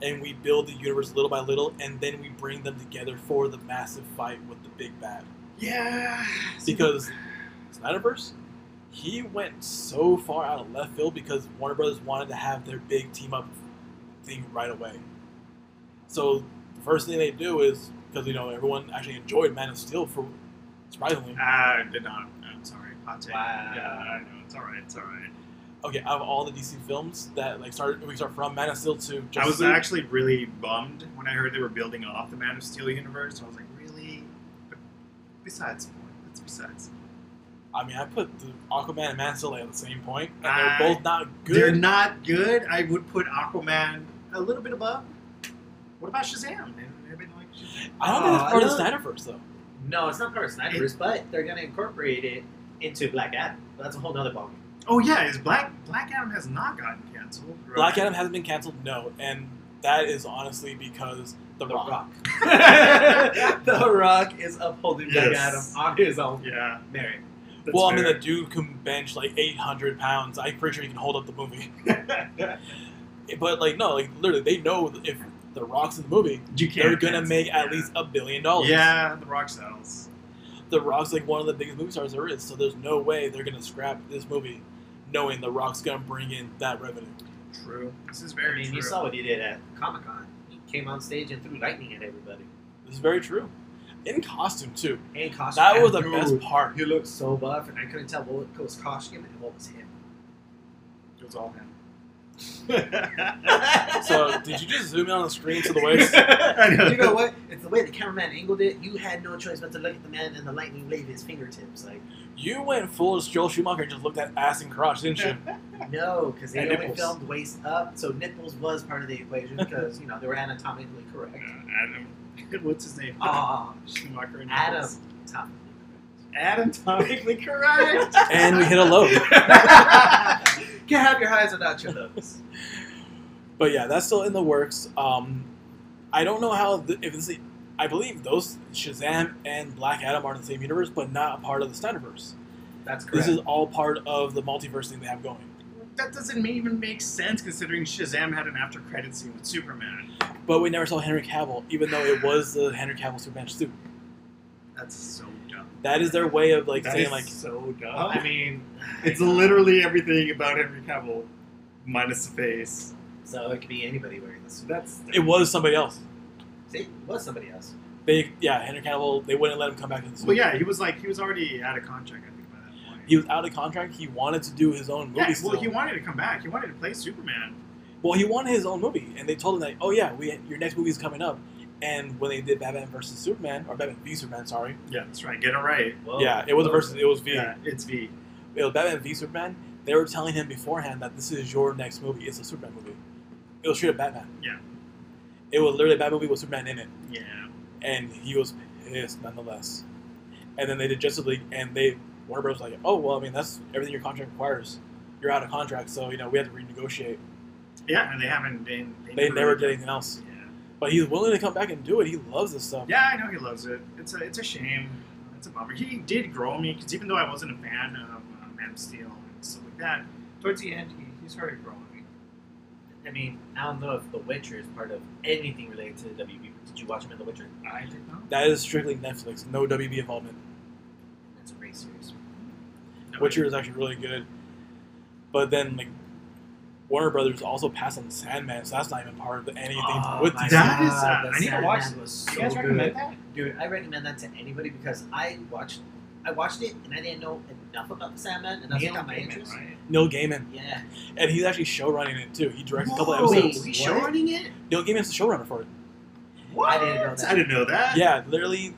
[SPEAKER 1] and we build the universe little by little and then we bring them together for the massive fight with the big bad.
[SPEAKER 3] Yeah.
[SPEAKER 1] Because Snyderverse, he went so far out of left field because Warner Brothers wanted to have their big team up thing right away. So the first thing they do is because you know everyone actually enjoyed Man of Steel for surprisingly.
[SPEAKER 3] I Ah, did not. I'm sorry. Hot take.
[SPEAKER 2] Wow.
[SPEAKER 3] Yeah, I know. It's all right. It's all right.
[SPEAKER 1] okay, out of all the DC films that like started, we start from Man of Steel to Justice
[SPEAKER 3] I was
[SPEAKER 1] League,
[SPEAKER 3] actually really bummed when I heard they were building off the Man of Steel universe. I was like, really? But besides the point. That's besides. the point.
[SPEAKER 1] I mean, I put the Aquaman and Man of Steel like, at the same point, and
[SPEAKER 3] I-
[SPEAKER 1] they're both not good.
[SPEAKER 3] They're not good. I would put Aquaman a little bit above. What about Shazam? And everybody like Shazam.
[SPEAKER 1] I don't think
[SPEAKER 2] Aw,
[SPEAKER 1] that's part
[SPEAKER 2] look.
[SPEAKER 1] of the Snyderverse though.
[SPEAKER 2] No, it's not part of Snyder's, but they're gonna incorporate it into Black Adam. That's a whole nother
[SPEAKER 1] [laughs]
[SPEAKER 2] ballgame. [laughs]
[SPEAKER 3] Oh yeah, is Black Black Adam has not gotten canceled. right?
[SPEAKER 1] Black Adam hasn't been canceled, no, and that is honestly because the,
[SPEAKER 2] The
[SPEAKER 1] Rock.
[SPEAKER 2] Rock. the Rock is upholding Black
[SPEAKER 3] Yes.
[SPEAKER 2] Adam on his own
[SPEAKER 3] Yeah.
[SPEAKER 2] merit.
[SPEAKER 3] that's
[SPEAKER 1] well, I mean,
[SPEAKER 3] fair.
[SPEAKER 1] the dude can bench like 800 pounds. I'm pretty sure he can hold up the
[SPEAKER 3] [laughs]
[SPEAKER 1] movie. But like, no, like literally, they know if the Rock's in the movie,
[SPEAKER 3] you can't.
[SPEAKER 1] they're gonna
[SPEAKER 3] cancel,
[SPEAKER 1] make
[SPEAKER 3] yeah.
[SPEAKER 1] at least a billion dollars.
[SPEAKER 3] Yeah, The Rock sells.
[SPEAKER 1] The Rock's like one of the biggest movie stars there is, so there's no way they're gonna scrap this movie, knowing The Rock's gonna bring in that revenue.
[SPEAKER 3] True. This is
[SPEAKER 2] I
[SPEAKER 3] very
[SPEAKER 2] mean,
[SPEAKER 3] true.
[SPEAKER 2] you saw what he did at Comic Con. He came on stage and threw lightning at everybody.
[SPEAKER 1] This is very true. In costume too.
[SPEAKER 2] And costume.
[SPEAKER 1] That was the
[SPEAKER 2] Dude,
[SPEAKER 1] best part.
[SPEAKER 2] He looked so buff, and I couldn't tell what was costume and what was him.
[SPEAKER 3] it was all him.
[SPEAKER 1] [laughs] So did you just zoom in on the screen to the waist?
[SPEAKER 3] [laughs] I know.
[SPEAKER 2] you know what? It's the way the cameraman angled it. You had no choice but to look at the man, and the lightning laid his fingertips. Like
[SPEAKER 1] You went full as Joel Schumacher and just looked at ass and crotch, didn't
[SPEAKER 3] [laughs]
[SPEAKER 1] you?
[SPEAKER 2] no, because they
[SPEAKER 3] And
[SPEAKER 2] only
[SPEAKER 3] nipples.
[SPEAKER 2] filmed waist up, so nipples was part of the equation because you know they were anatomically
[SPEAKER 1] [laughs]
[SPEAKER 2] correct.
[SPEAKER 3] Yeah, [laughs] Adam. What's his name?
[SPEAKER 2] Ah,
[SPEAKER 3] Schumacher. and
[SPEAKER 2] Adam,
[SPEAKER 3] Nichols.
[SPEAKER 2] Tom.
[SPEAKER 1] [laughs]
[SPEAKER 3] Anatomically correct. [laughs]
[SPEAKER 1] And we hit a low.
[SPEAKER 2] Can't have your highs without your lows.
[SPEAKER 1] But yeah, that's still in the works. Um, I don't know how th- if this. I believe those Shazam and Black Adam are in the same universe, but not a part of the Snyderverse.
[SPEAKER 2] That's correct.
[SPEAKER 1] This is all part of the multiverse thing they have going.
[SPEAKER 3] That doesn't ma- even make sense considering Shazam had an after credit scene with Superman.
[SPEAKER 1] But we never saw Henry Cavill, even though it was the Henry Cavill Superman suit.
[SPEAKER 3] That's so dumb.
[SPEAKER 1] That is their way of like
[SPEAKER 3] That
[SPEAKER 1] saying
[SPEAKER 3] is
[SPEAKER 1] like
[SPEAKER 3] so dumb.
[SPEAKER 2] I
[SPEAKER 3] I mean, [sighs] it's literally everything about Henry Cavill, minus the face.
[SPEAKER 2] so it could be anybody wearing this.
[SPEAKER 3] That's
[SPEAKER 1] it was somebody else.
[SPEAKER 2] See, it was somebody else.
[SPEAKER 1] They yeah, Henry Cavill. They wouldn't let him come back to the suit.
[SPEAKER 3] Well, yeah, he was like he was already out of contract. I think by that point.
[SPEAKER 1] He was out of contract. He wanted to do his own movie.
[SPEAKER 3] yeah,
[SPEAKER 1] still.
[SPEAKER 3] well, he wanted to come back. He wanted to play Superman.
[SPEAKER 1] Well, he wanted his own movie, and they told him like, "Oh yeah, we your next movie's coming up." And when they did Batman versus Superman, or Batman v Superman, sorry,
[SPEAKER 3] Yeah, that's right. Get it right.
[SPEAKER 2] Whoa.
[SPEAKER 1] yeah, it was a versus, it was v,
[SPEAKER 3] Oh. Yeah, it's V.
[SPEAKER 1] it was Batman v Superman. They were telling him beforehand that this is your next movie. It's a Superman movie. It was straight up Batman.
[SPEAKER 3] Yeah.
[SPEAKER 1] it was literally a Batman movie with Superman in it,
[SPEAKER 3] Yeah.
[SPEAKER 1] and he was pissed nonetheless. And then they did Justice League, and they Warner Bros. was like, "Oh well, I mean that's everything your contract requires. You're out of contract, so you know we have to renegotiate."
[SPEAKER 3] Yeah, and they haven't. They,
[SPEAKER 1] They never did anything else.
[SPEAKER 3] Yeah.
[SPEAKER 1] But he's willing to come back and do it. He loves this stuff.
[SPEAKER 3] Yeah, I know he loves it. It's a it's a shame. It's a bummer. He did grow on me because even though I wasn't a fan of uh, Man of Steel and stuff like that, towards the end he, he started growing me.
[SPEAKER 2] I mean, I don't know if The Witcher is part of anything related to the WB. Did you watch him in The Witcher?
[SPEAKER 3] I didn't know.
[SPEAKER 1] That is strictly Netflix, no WB involvement.
[SPEAKER 2] That's a great series.
[SPEAKER 3] No,
[SPEAKER 1] Witcher is actually really good. But then, like, Warner Brothers also passed on Sandman, so that's not even part of anything
[SPEAKER 2] Oh
[SPEAKER 1] with
[SPEAKER 2] my
[SPEAKER 1] these.
[SPEAKER 3] That is,
[SPEAKER 2] God,
[SPEAKER 3] uh,
[SPEAKER 2] the
[SPEAKER 3] I need to watch
[SPEAKER 2] Sandman Was so
[SPEAKER 3] you guys recommend that?
[SPEAKER 2] good. Dude, I recommend that to anybody because I watched, I watched it and I didn't know enough about the Sandman, and that's
[SPEAKER 3] Neil
[SPEAKER 2] what got my
[SPEAKER 3] Gaiman,
[SPEAKER 2] interest.
[SPEAKER 3] right?
[SPEAKER 1] Neil Gaiman.
[SPEAKER 2] Yeah.
[SPEAKER 1] And he's actually show running it, too. He directs a couple
[SPEAKER 3] Whoa,
[SPEAKER 1] episodes.
[SPEAKER 3] Is he
[SPEAKER 2] What?
[SPEAKER 3] showrunning it?
[SPEAKER 1] Neil Gaiman's the showrunner for it.
[SPEAKER 3] What?
[SPEAKER 2] I didn't know that.
[SPEAKER 3] I didn't know that.
[SPEAKER 1] Yeah, literally,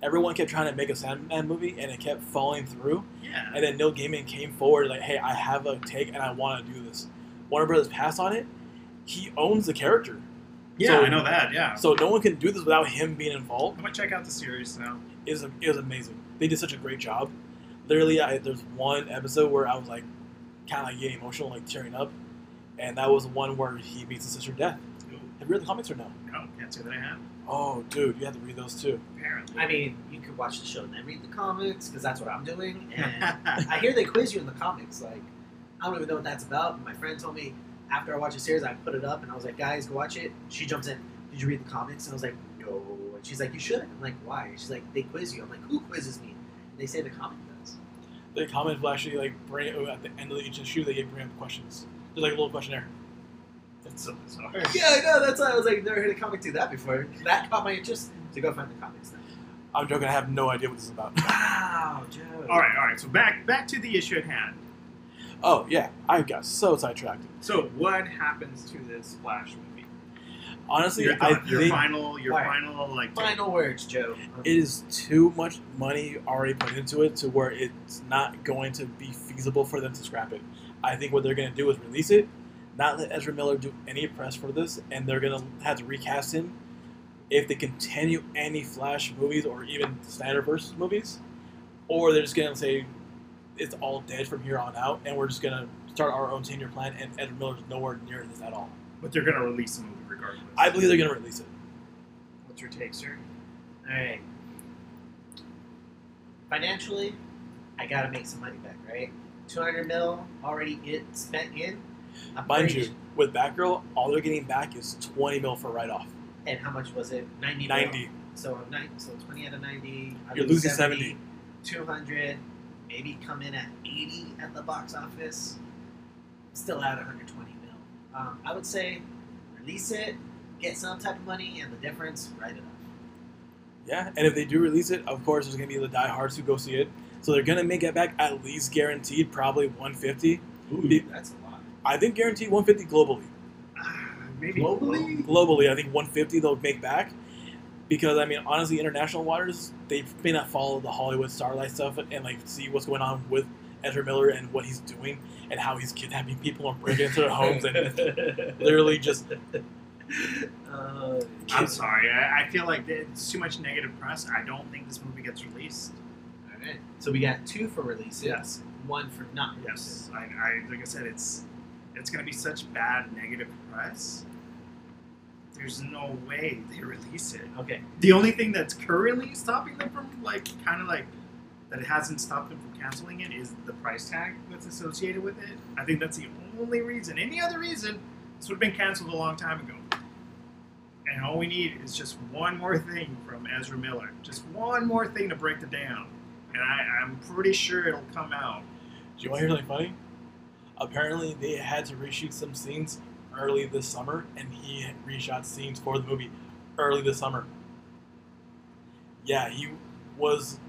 [SPEAKER 1] everyone kept trying to make a Sandman movie, and it kept falling through.
[SPEAKER 3] Yeah.
[SPEAKER 1] And then Neil Gaiman came forward like, "Hey, I have a take, and I want to do this." Warner Brothers passed on it. He owns the character,
[SPEAKER 3] Yeah,
[SPEAKER 1] So-
[SPEAKER 3] I know that. Yeah.
[SPEAKER 1] so no one can do this without him being
[SPEAKER 3] I'm
[SPEAKER 1] involved.
[SPEAKER 3] gonna check out the series now.
[SPEAKER 1] It was, it was amazing. They did such a great job. Literally, I, there's one episode where I was like, kind of like getting emotional, like tearing up, and that was one where he meets his sister Death.
[SPEAKER 3] Ooh,
[SPEAKER 1] Have you read the comics or no?
[SPEAKER 3] no, can't say that I have.
[SPEAKER 1] Oh, dude, you have to read those too.
[SPEAKER 3] Apparently.
[SPEAKER 2] I mean, you could watch the show and then read the comics because that's what I'm doing.
[SPEAKER 3] [laughs]
[SPEAKER 2] And I hear they quiz you in the comics. Like, I don't even know what that's about. And my friend told me after I watched the series, I put it up and I was like, guys, go watch it. She jumps in. Did you read the comics? And I was like, no. And she's like, you should. I'm like, why? She's like, they quiz you. I'm like, who quizzes me? And they say the comic does.
[SPEAKER 1] The comics will actually like bring oh, at the end of each issue. They bring up questions. There's like a little questionnaire.
[SPEAKER 3] That's so bizarre.
[SPEAKER 2] Yeah, I know. That's why I was like, never heard a comic do that before. That caught my interest. So go find the comics now.
[SPEAKER 1] I'm joking. I have no idea what this is about.
[SPEAKER 2] Wow, Joe.
[SPEAKER 3] All right, all right. So back back to the issue at hand.
[SPEAKER 1] Oh yeah, I got so sidetracked.
[SPEAKER 3] So what happens to this Flash movie?
[SPEAKER 1] Honestly,
[SPEAKER 3] Your,
[SPEAKER 1] I
[SPEAKER 3] thought- your
[SPEAKER 1] think
[SPEAKER 3] final, your
[SPEAKER 2] Alright.
[SPEAKER 3] final, like
[SPEAKER 2] Final words, Joe.
[SPEAKER 1] it is too much money already put into it to where it's not going to be feasible for them to scrap it. I think what they're going to do is release it, not let Ezra Miller do any press for this, and they're going to have to recast him. If they continue any Flash movies or even Snyderverse movies, or they're just going to say it's all dead from here on out, and we're just going to start our own ten-year plan, and Ezra Miller's nowhere near this at all.
[SPEAKER 3] but they're gonna release the movie regardless.
[SPEAKER 1] I believe they're going to release it.
[SPEAKER 2] What's your take, sir? All right. Financially, I gotta make some money back, right? Two hundred mil already it spent in. I'm
[SPEAKER 1] Mind
[SPEAKER 2] pretty-
[SPEAKER 1] you, with Batgirl, all they're getting back is 20 mil for write-off.
[SPEAKER 2] And how much was it? Ninety. mil.
[SPEAKER 1] 90.
[SPEAKER 2] So I'm nine, so twenty out of ninety. I
[SPEAKER 1] You're
[SPEAKER 2] lose
[SPEAKER 1] losing 70.
[SPEAKER 2] 200, maybe come in at eighty at the box office. Still out 120 mil. Um, I would say release it, get some type of money, and the difference write it off.
[SPEAKER 1] Yeah, and if they do release it, of course there's gonna be the diehards who go see it. So they're gonna make it back at least guaranteed, probably 150. Be-
[SPEAKER 2] That's a lot.
[SPEAKER 1] I think guaranteed 150 globally.
[SPEAKER 3] Ah, maybe
[SPEAKER 2] Globally,
[SPEAKER 1] Globally, I think 150 they'll make back because I mean honestly, international waters they may not follow the Hollywood Starlight stuff and like see what's going on with Ezra Miller and what he's doing and how he's kidnapping people and breaking into their homes
[SPEAKER 2] [laughs]
[SPEAKER 1] and literally just
[SPEAKER 2] Uh,
[SPEAKER 3] I'm sorry. I, I feel like it's too much negative press. I don't think this movie gets released.
[SPEAKER 2] All right. So we got two for releases,
[SPEAKER 3] Yes.
[SPEAKER 2] one for not. releases.
[SPEAKER 3] Yes, I, I like I said, it's it's gonna be such bad negative press. There's no way they release it.
[SPEAKER 2] Okay.
[SPEAKER 3] The only thing that's currently stopping them from like kind of like that it hasn't stopped them from canceling it is the price tag that's associated with it. I think that's the only reason. Any other reason, this would have been canceled a long time ago. And all we need is just one more thing from Ezra Miller. Just one more thing to break the down. And I, I'm pretty sure it'll come out.
[SPEAKER 1] Do you want to hear something funny? Apparently, they had to reshoot some scenes early this summer, and he reshot scenes for the movie early this summer. Yeah, he was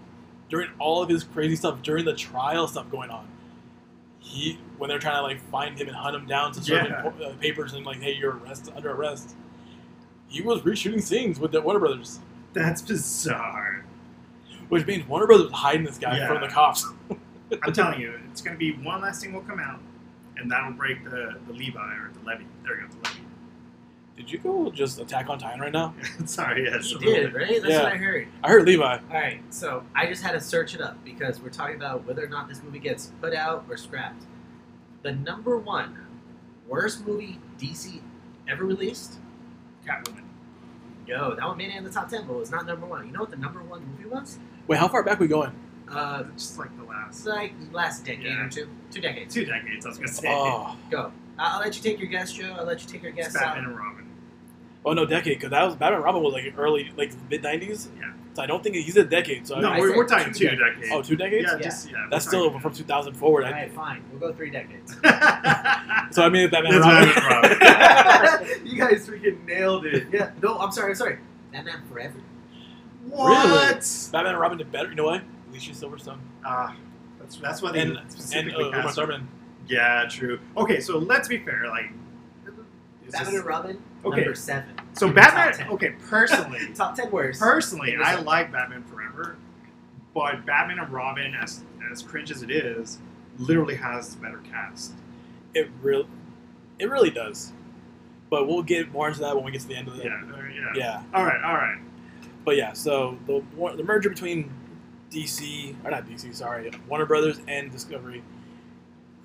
[SPEAKER 1] during all of his crazy stuff during the trial stuff going on. He when they're trying to like find him and hunt him down to certain
[SPEAKER 3] Yeah.
[SPEAKER 1] po- uh, papers and like, hey, you're arrest under arrest. He was reshooting scenes with the Warner Brothers,
[SPEAKER 3] That's bizarre.
[SPEAKER 1] which means Warner Brothers was hiding this guy
[SPEAKER 3] Yeah.
[SPEAKER 1] from the cops.
[SPEAKER 3] I'm telling you, it's going to be one last thing will come out, and that'll break the, the Levi or the levy. There we go, the levy.
[SPEAKER 1] Did you go just Attack on Titan right now?
[SPEAKER 3] [laughs] Sorry, yes.
[SPEAKER 2] You did, right? That's
[SPEAKER 1] Yeah.
[SPEAKER 2] what I heard.
[SPEAKER 1] I heard Levi.
[SPEAKER 2] All right, so I just had to search it up because we're talking about whether or not this movie gets put out or scrapped. The number one worst movie DC ever released?
[SPEAKER 3] Catwoman.
[SPEAKER 2] No, that one made it in the top ten, but it was not number one. You know what the number one movie was?
[SPEAKER 1] Wait, how far back we going?
[SPEAKER 2] Uh,
[SPEAKER 3] Just like the
[SPEAKER 2] it's
[SPEAKER 3] last
[SPEAKER 2] like last decade
[SPEAKER 3] Yeah.
[SPEAKER 2] or two, two decades.
[SPEAKER 3] two decades, I was going to say.
[SPEAKER 1] Oh,
[SPEAKER 2] Go. I- I'll let you take your guess, Joe. I'll let you take your
[SPEAKER 3] [laughs]
[SPEAKER 2] guess.
[SPEAKER 3] it's Batman
[SPEAKER 2] Out.
[SPEAKER 3] and Robin.
[SPEAKER 1] oh no, decade because that was Batman Robin was like early, like mid nineties.
[SPEAKER 3] Yeah.
[SPEAKER 1] So I don't think he's a decade. So
[SPEAKER 3] no,
[SPEAKER 1] I,
[SPEAKER 2] I
[SPEAKER 3] we're,
[SPEAKER 2] said
[SPEAKER 3] we're talking
[SPEAKER 2] two
[SPEAKER 3] two decades.
[SPEAKER 1] oh, two decades.
[SPEAKER 3] yeah,
[SPEAKER 2] Yeah.
[SPEAKER 3] just, yeah. we're
[SPEAKER 1] That's still
[SPEAKER 3] talking-
[SPEAKER 1] from two thousand forward.
[SPEAKER 2] All
[SPEAKER 1] I
[SPEAKER 2] right,
[SPEAKER 1] think.
[SPEAKER 2] fine. We'll go three
[SPEAKER 3] [laughs]
[SPEAKER 2] decades. [laughs]
[SPEAKER 1] [laughs]
[SPEAKER 3] That's [laughs]
[SPEAKER 1] So I mean, Batman Robin.
[SPEAKER 3] Batman Robin. [laughs]
[SPEAKER 2] you guys freaking nailed it. Yeah. No, I'm sorry. I'm sorry. Batman Forever.
[SPEAKER 3] What?
[SPEAKER 1] [laughs] Batman and Robin did better. You know why? Alicia Silverstone
[SPEAKER 3] Ah, that's, that's why they
[SPEAKER 1] and and uh,
[SPEAKER 3] specifically
[SPEAKER 1] Uma
[SPEAKER 3] cast her.
[SPEAKER 1] Thurman.
[SPEAKER 3] Yeah, true. Okay, so let's be fair. Like, it's
[SPEAKER 2] Batman
[SPEAKER 3] just-
[SPEAKER 2] and Robin.
[SPEAKER 3] Okay.
[SPEAKER 2] Number seven.
[SPEAKER 3] so
[SPEAKER 2] Top
[SPEAKER 3] Batman.
[SPEAKER 2] 10.
[SPEAKER 3] Okay,
[SPEAKER 2] [laughs]
[SPEAKER 3] personally,
[SPEAKER 2] Top ten worst.
[SPEAKER 3] personally,
[SPEAKER 2] Listen.
[SPEAKER 3] I like Batman Forever, but Batman and Robin, as as cringe as it is, literally has the better cast.
[SPEAKER 1] It really, it really does. But we'll get more into that when we get to the end of the.
[SPEAKER 3] Yeah, uh, yeah.
[SPEAKER 1] Yeah.
[SPEAKER 3] All right, all right.
[SPEAKER 1] But yeah, so the war- the merger between DC or not DC, sorry, Warner Brothers and Discovery,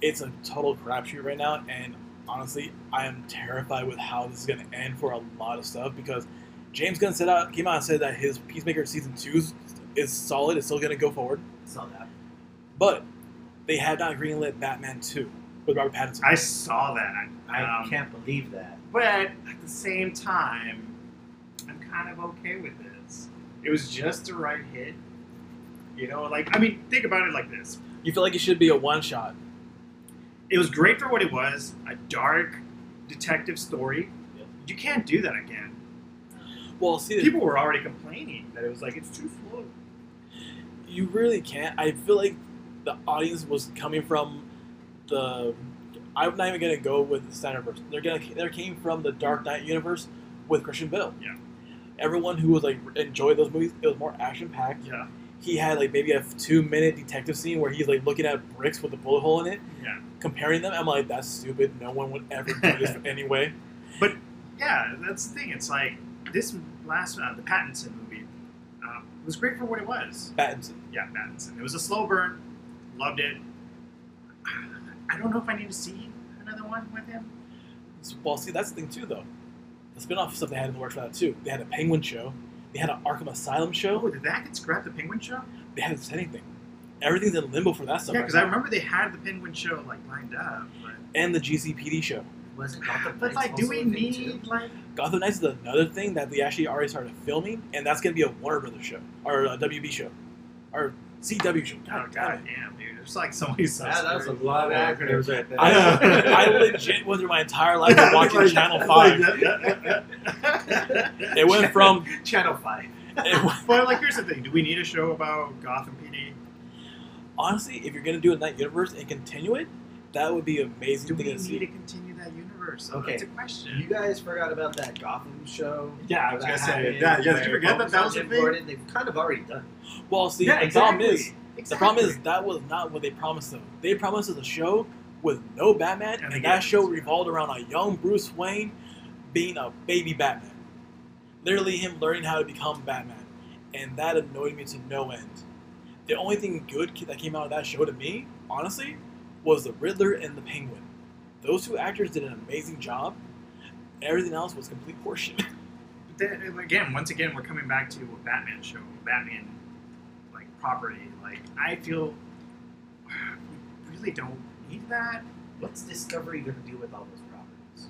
[SPEAKER 1] it's a total crapshoot right now, and honestly, I am terrified with how this is going to end for a lot of stuff because James Gunn said out came out and said that his Peacemaker season two is- is solid, it's still going to go forward,
[SPEAKER 2] Saw that.
[SPEAKER 1] but they have not greenlit Batman two with Robert Pattinson.
[SPEAKER 3] I saw that,
[SPEAKER 2] I
[SPEAKER 3] Um,
[SPEAKER 2] can't believe that.
[SPEAKER 3] but at the same time, I'm kind of okay with this. It was just the right hit. You know, like I mean, think about it like this.
[SPEAKER 1] you feel like it should be a one shot.
[SPEAKER 3] It was great for what it was, a dark detective story.
[SPEAKER 2] Yep.
[SPEAKER 3] You can't do that again.
[SPEAKER 1] Well, see, the
[SPEAKER 3] People were already complaining that it was like it's too slow.
[SPEAKER 1] you really can't. I feel like the audience was coming from the I'm not even gonna go with the Snyderverse. They're gonna they came from the Dark Knight universe with Christian Bale.
[SPEAKER 3] Yeah.
[SPEAKER 1] Everyone who was like enjoyed those movies, it was more action packed.
[SPEAKER 3] Yeah,
[SPEAKER 1] He had like maybe a two minute detective scene where he's like looking at bricks with a bullet hole in it,
[SPEAKER 3] yeah,
[SPEAKER 1] comparing them. I'm like, that's stupid. No one would ever do
[SPEAKER 3] [laughs]
[SPEAKER 1] this anyway.
[SPEAKER 3] yeah. That's the thing. It's like this last uh, the Pattinson movie uh, was great for what it was.
[SPEAKER 1] Pattinson.
[SPEAKER 3] Yeah, Pattinson. It was a slow burn. Loved it. [sighs] I don't know if I need to see another one with him.
[SPEAKER 1] Well, see, that's the thing too, though. The spin-off stuff they had in the works for that too. They had a Penguin show. They had an Arkham Asylum show.
[SPEAKER 3] Oh, did that get scrapped? The Penguin Show?
[SPEAKER 1] They hadn't said anything. Everything's in limbo for that stuff.
[SPEAKER 3] yeah,
[SPEAKER 1] right
[SPEAKER 3] because
[SPEAKER 1] now.
[SPEAKER 3] I remember they had the Penguin Show like lined up. But,
[SPEAKER 1] and the GCPD show.
[SPEAKER 2] Wasn't Gotham
[SPEAKER 3] but
[SPEAKER 2] Knights
[SPEAKER 3] like, do
[SPEAKER 2] also
[SPEAKER 3] we
[SPEAKER 2] a thing too?
[SPEAKER 3] need like?
[SPEAKER 1] Gotham Knights is another thing that they actually already started filming, and that's going to be a Warner Brothers show or a WB show or CW show.
[SPEAKER 3] Oh
[SPEAKER 1] God, damn
[SPEAKER 3] god,
[SPEAKER 1] it.
[SPEAKER 3] damn, dude. There's like so many
[SPEAKER 2] Yeah, that was a
[SPEAKER 3] subscribers.
[SPEAKER 2] lot of acronyms right there.
[SPEAKER 1] I, I
[SPEAKER 2] [laughs]
[SPEAKER 1] legit went through my entire
[SPEAKER 3] [laughs]
[SPEAKER 1] life of watching
[SPEAKER 3] Like,
[SPEAKER 1] Channel
[SPEAKER 3] like,
[SPEAKER 1] Five.
[SPEAKER 3] yeah. [laughs]
[SPEAKER 1] It went from
[SPEAKER 2] Channel Five.
[SPEAKER 1] it went,
[SPEAKER 3] but like, here's the thing: Do we need a show about Gotham PD?
[SPEAKER 1] honestly, if you're going to do a night universe and continue it, that would be an amazing
[SPEAKER 3] Do we
[SPEAKER 1] thing
[SPEAKER 3] need
[SPEAKER 1] to see.
[SPEAKER 3] to continue that universe? Oh,
[SPEAKER 2] Okay.
[SPEAKER 3] That's a
[SPEAKER 2] You
[SPEAKER 3] question.
[SPEAKER 2] guys forgot about that Gotham show.
[SPEAKER 3] Yeah, I was
[SPEAKER 2] that
[SPEAKER 3] gonna say
[SPEAKER 2] happened
[SPEAKER 3] that. Yeah,
[SPEAKER 2] where
[SPEAKER 3] did you forget
[SPEAKER 2] Gotham
[SPEAKER 3] that that was a
[SPEAKER 2] Jim
[SPEAKER 3] thing?
[SPEAKER 2] Gordon, They've kind of already done.
[SPEAKER 1] Well, see,
[SPEAKER 3] Yeah,
[SPEAKER 1] the
[SPEAKER 3] exactly.
[SPEAKER 1] problem is the
[SPEAKER 3] Exactly.
[SPEAKER 1] problem is that was not what they promised them. They promised us a show with no Batman,
[SPEAKER 3] And
[SPEAKER 1] and,
[SPEAKER 3] they
[SPEAKER 1] that
[SPEAKER 3] gave
[SPEAKER 1] show
[SPEAKER 3] us-
[SPEAKER 1] revolved around a young Bruce Wayne being a baby Batman. Literally, him learning how to become Batman, and that annoyed me to no end. The only thing good ca- that came out of that show to me, honestly, was the Riddler and the Penguin. Those two actors did an amazing job. Everything else was complete horseshit.
[SPEAKER 3] But then, again, once again, we're coming back to a Batman show, a Batman like property. Like I feel we really don't need that.
[SPEAKER 2] What's Discovery going to do with all those properties?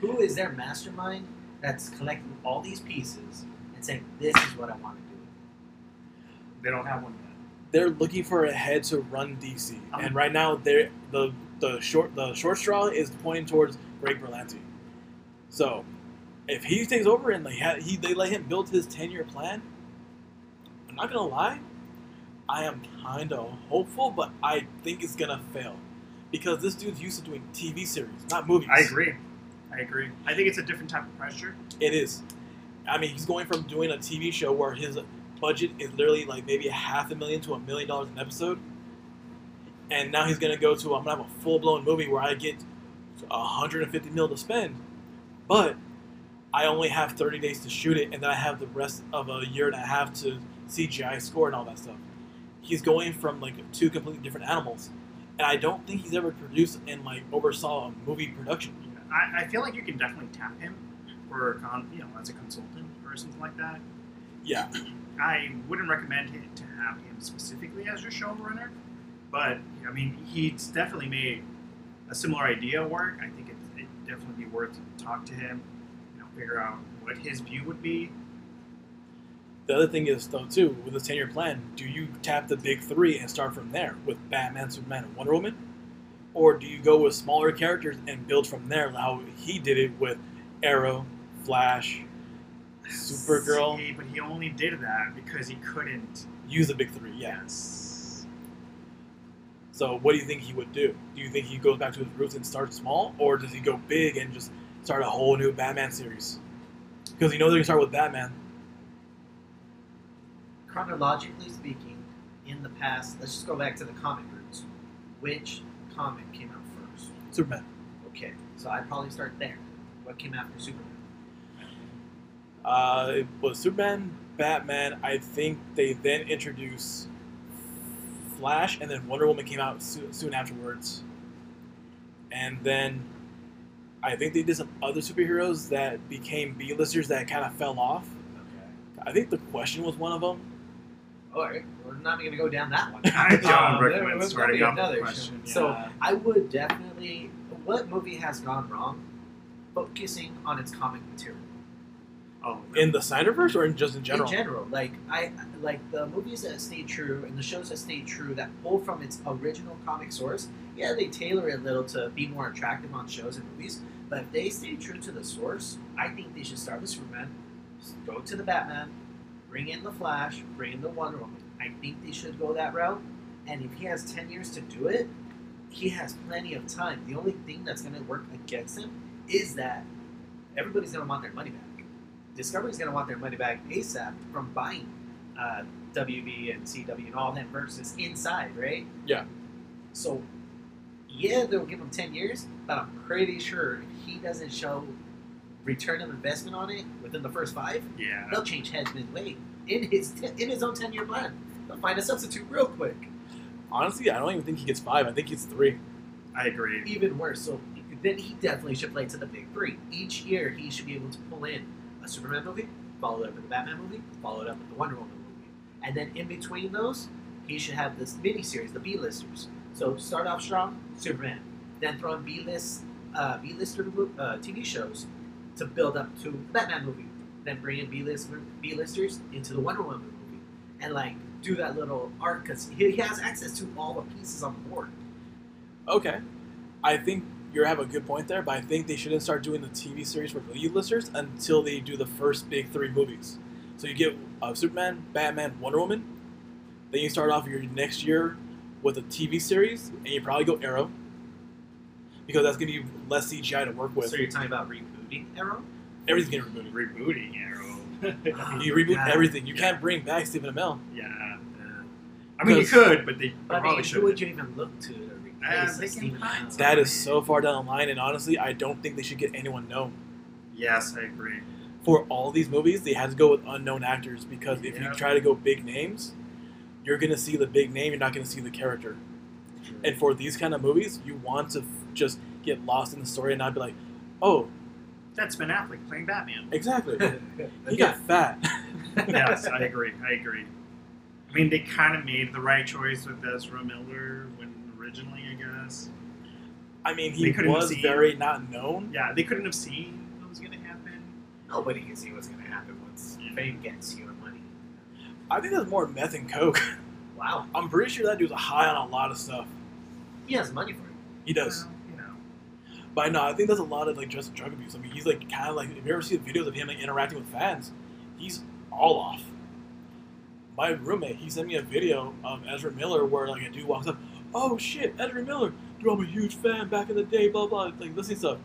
[SPEAKER 2] Who is their mastermind that's collecting all these pieces and saying, "This is what I want to do"?
[SPEAKER 3] They don't have one yet.
[SPEAKER 1] they're looking for a head to run DC,
[SPEAKER 3] Um,
[SPEAKER 1] and right now they're the the short the short straw is pointing towards Greg Berlanti. So, if he takes over and they ha- he they let him build his ten year plan, I'm not gonna lie, I am kind of hopeful, but I think it's gonna fail because this dude's used to doing TV series, not movies.
[SPEAKER 3] I agree. I agree. I think it's a different type of pressure.
[SPEAKER 1] It is. I mean, he's going from doing a TV show where his budget is literally like maybe a half a million to a million dollars an episode, and now he's gonna go to I'm gonna have a full blown movie where I get 150 mil to spend, but I only have 30 days to shoot it, and then I have the rest of a year and a half to CGI score and all that stuff. He's going from like two completely different animals, and I don't think he's ever produced and like oversaw a movie production.
[SPEAKER 3] I, I feel like you can definitely tap him for a con, you know as a consultant or something like that.
[SPEAKER 1] Yeah,
[SPEAKER 3] I wouldn't recommend it to have him specifically as your showrunner, but I mean, he's definitely made a similar idea work. I think it, it'd definitely be worth to talk to him, you know, figure out what his view would be.
[SPEAKER 1] The other thing is though too, with this ten year plan, do you tap the big three and start from there with Batman, Superman, and Wonder Woman? Or do you go with smaller characters and build from there how he did it with Arrow, Flash, Supergirl,
[SPEAKER 3] See, but he only did that because he couldn't.
[SPEAKER 1] use the big three, yeah.
[SPEAKER 3] Yes.
[SPEAKER 1] So what do you think he would do? Do you think he goes back to his roots and starts small, or does he go big and just start a whole new Batman series? Because you know they're gonna start with Batman.
[SPEAKER 2] Chronologically speaking, in the past, let's just go back to the comic roots. Which comic came out first?
[SPEAKER 1] Superman.
[SPEAKER 2] Okay, so I'd probably start there. What came after Superman?
[SPEAKER 1] Uh, it was Superman, Batman. I think they then introduced Flash, and then Wonder Woman came out soo- soon afterwards. And then I think they did some other superheroes that became B-listers that kind of fell off.
[SPEAKER 2] Okay.
[SPEAKER 1] I think the question was one of them.
[SPEAKER 2] All right, we're not going to go down
[SPEAKER 3] [laughs]
[SPEAKER 2] that one.
[SPEAKER 3] I don't
[SPEAKER 2] Um, there
[SPEAKER 3] recommend
[SPEAKER 2] was
[SPEAKER 3] starting
[SPEAKER 2] gonna be
[SPEAKER 3] off with
[SPEAKER 2] another
[SPEAKER 3] question.
[SPEAKER 2] show. So,
[SPEAKER 3] yeah.
[SPEAKER 2] I would definitely. What movie has gone wrong? Focusing on its comic material
[SPEAKER 3] oh,
[SPEAKER 1] In the Snyderverse or in just in general?
[SPEAKER 2] in general, like I like the movies that stay true and the shows that stay true that pull from its original comic source. Yeah, they tailor it a little to be more attractive on shows and movies, but if they stay true to the source, I think they should start with Superman, go to the Batman, bring in the Flash, bring in the Wonder Woman. I think they should go that route. And if he has ten years to do it, he has plenty of time. The only thing that's going to work against him is that everybody's going to want their money back. Discovery's going to want their money back ASAP from buying uh, WB and CW and all them versus inside, right?
[SPEAKER 1] Yeah.
[SPEAKER 2] So, yeah, they'll give him 10 years, but I'm pretty sure if he doesn't show return of investment on it within the first five,
[SPEAKER 3] Yeah.
[SPEAKER 2] they'll change heads midway in his te- in his own 10 year plan. They'll find a substitute real quick.
[SPEAKER 1] Honestly, I don't even think he gets five. I think he's three.
[SPEAKER 3] I agree.
[SPEAKER 2] even worse. So then he definitely should play to the big three. Each year he should be able to pull in a Superman movie, follow it up with a Batman movie, follow it up with a Wonder Woman movie, and then in between those, he should have this mini series, the B-listers. So start off strong, Superman, then throw in B-list, uh, B-lister mo- uh, TV shows to build up to the Batman movie, then bring in B-list B-listers into the Wonder Woman movie, and like do that little arc because he, he has access to all the pieces on the board.
[SPEAKER 1] Okay. I think you have a good point there, but I think they shouldn't start doing the TV series for lead listers until they do the first big three movies. So you get uh, Superman, Batman, Wonder Woman. Then you start off your next year with a TV series, and you probably go Arrow because that's going to be less CGI to work with.
[SPEAKER 2] So you're talking about rebooting Arrow?
[SPEAKER 1] Everything's getting rebooted.
[SPEAKER 3] Rebooting Arrow.
[SPEAKER 1] You reboot
[SPEAKER 2] Ah, Mm-hmm. Yeah.
[SPEAKER 1] everything. You
[SPEAKER 3] Yeah.
[SPEAKER 1] can't bring back Stephen Amell.
[SPEAKER 3] [laughs] yeah.
[SPEAKER 2] But
[SPEAKER 3] I mean, you
[SPEAKER 1] Because-
[SPEAKER 3] could, but they
[SPEAKER 2] I
[SPEAKER 3] probably
[SPEAKER 2] mean, who
[SPEAKER 3] should.
[SPEAKER 2] would you even look to to
[SPEAKER 3] Uh,
[SPEAKER 2] replace
[SPEAKER 3] they
[SPEAKER 2] a
[SPEAKER 3] can
[SPEAKER 2] Stephen
[SPEAKER 3] find
[SPEAKER 2] Amell?
[SPEAKER 1] That is so far down the line, and honestly, I don't think they should get anyone known.
[SPEAKER 3] Yes, I agree.
[SPEAKER 1] for all these movies, they had to go with unknown actors because if
[SPEAKER 3] Yeah.
[SPEAKER 1] you try to go big names, you're gonna see the big name, you're not gonna see the character.
[SPEAKER 2] [laughs]
[SPEAKER 1] And for these kind of movies, you want to f- just get lost in the story and not be like, oh,
[SPEAKER 3] That's Ben Affleck playing Batman.
[SPEAKER 1] exactly, he got fat.
[SPEAKER 3] [laughs]
[SPEAKER 1] [laughs]
[SPEAKER 2] [laughs]
[SPEAKER 3] yes, I agree. I agree. I mean, they kind of made the right choice with Ezra Miller when originally, I guess.
[SPEAKER 1] I mean,
[SPEAKER 3] They
[SPEAKER 1] he
[SPEAKER 3] couldn't
[SPEAKER 1] was
[SPEAKER 3] see.
[SPEAKER 1] very not known.
[SPEAKER 3] Yeah, they couldn't have seen what was going to happen.
[SPEAKER 2] Nobody can see what's going to happen once
[SPEAKER 3] Yeah.
[SPEAKER 2] fame gets you and money.
[SPEAKER 1] I think that's more meth and coke. [laughs]
[SPEAKER 2] Wow,
[SPEAKER 1] I'm pretty sure that dude's high on a lot of stuff.
[SPEAKER 2] he has money for it.
[SPEAKER 1] He does,
[SPEAKER 3] Well, you know.
[SPEAKER 1] but no, I think that's a lot of like just drug abuse. I mean, he's like kind of like if you ever see the videos of him like interacting with fans, he's all off. my roommate, he sent me a video of Ezra Miller where like a dude walks up, oh shit, Ezra Miller, dude, I'm a huge fan back in the day, blah blah, like listening stuff.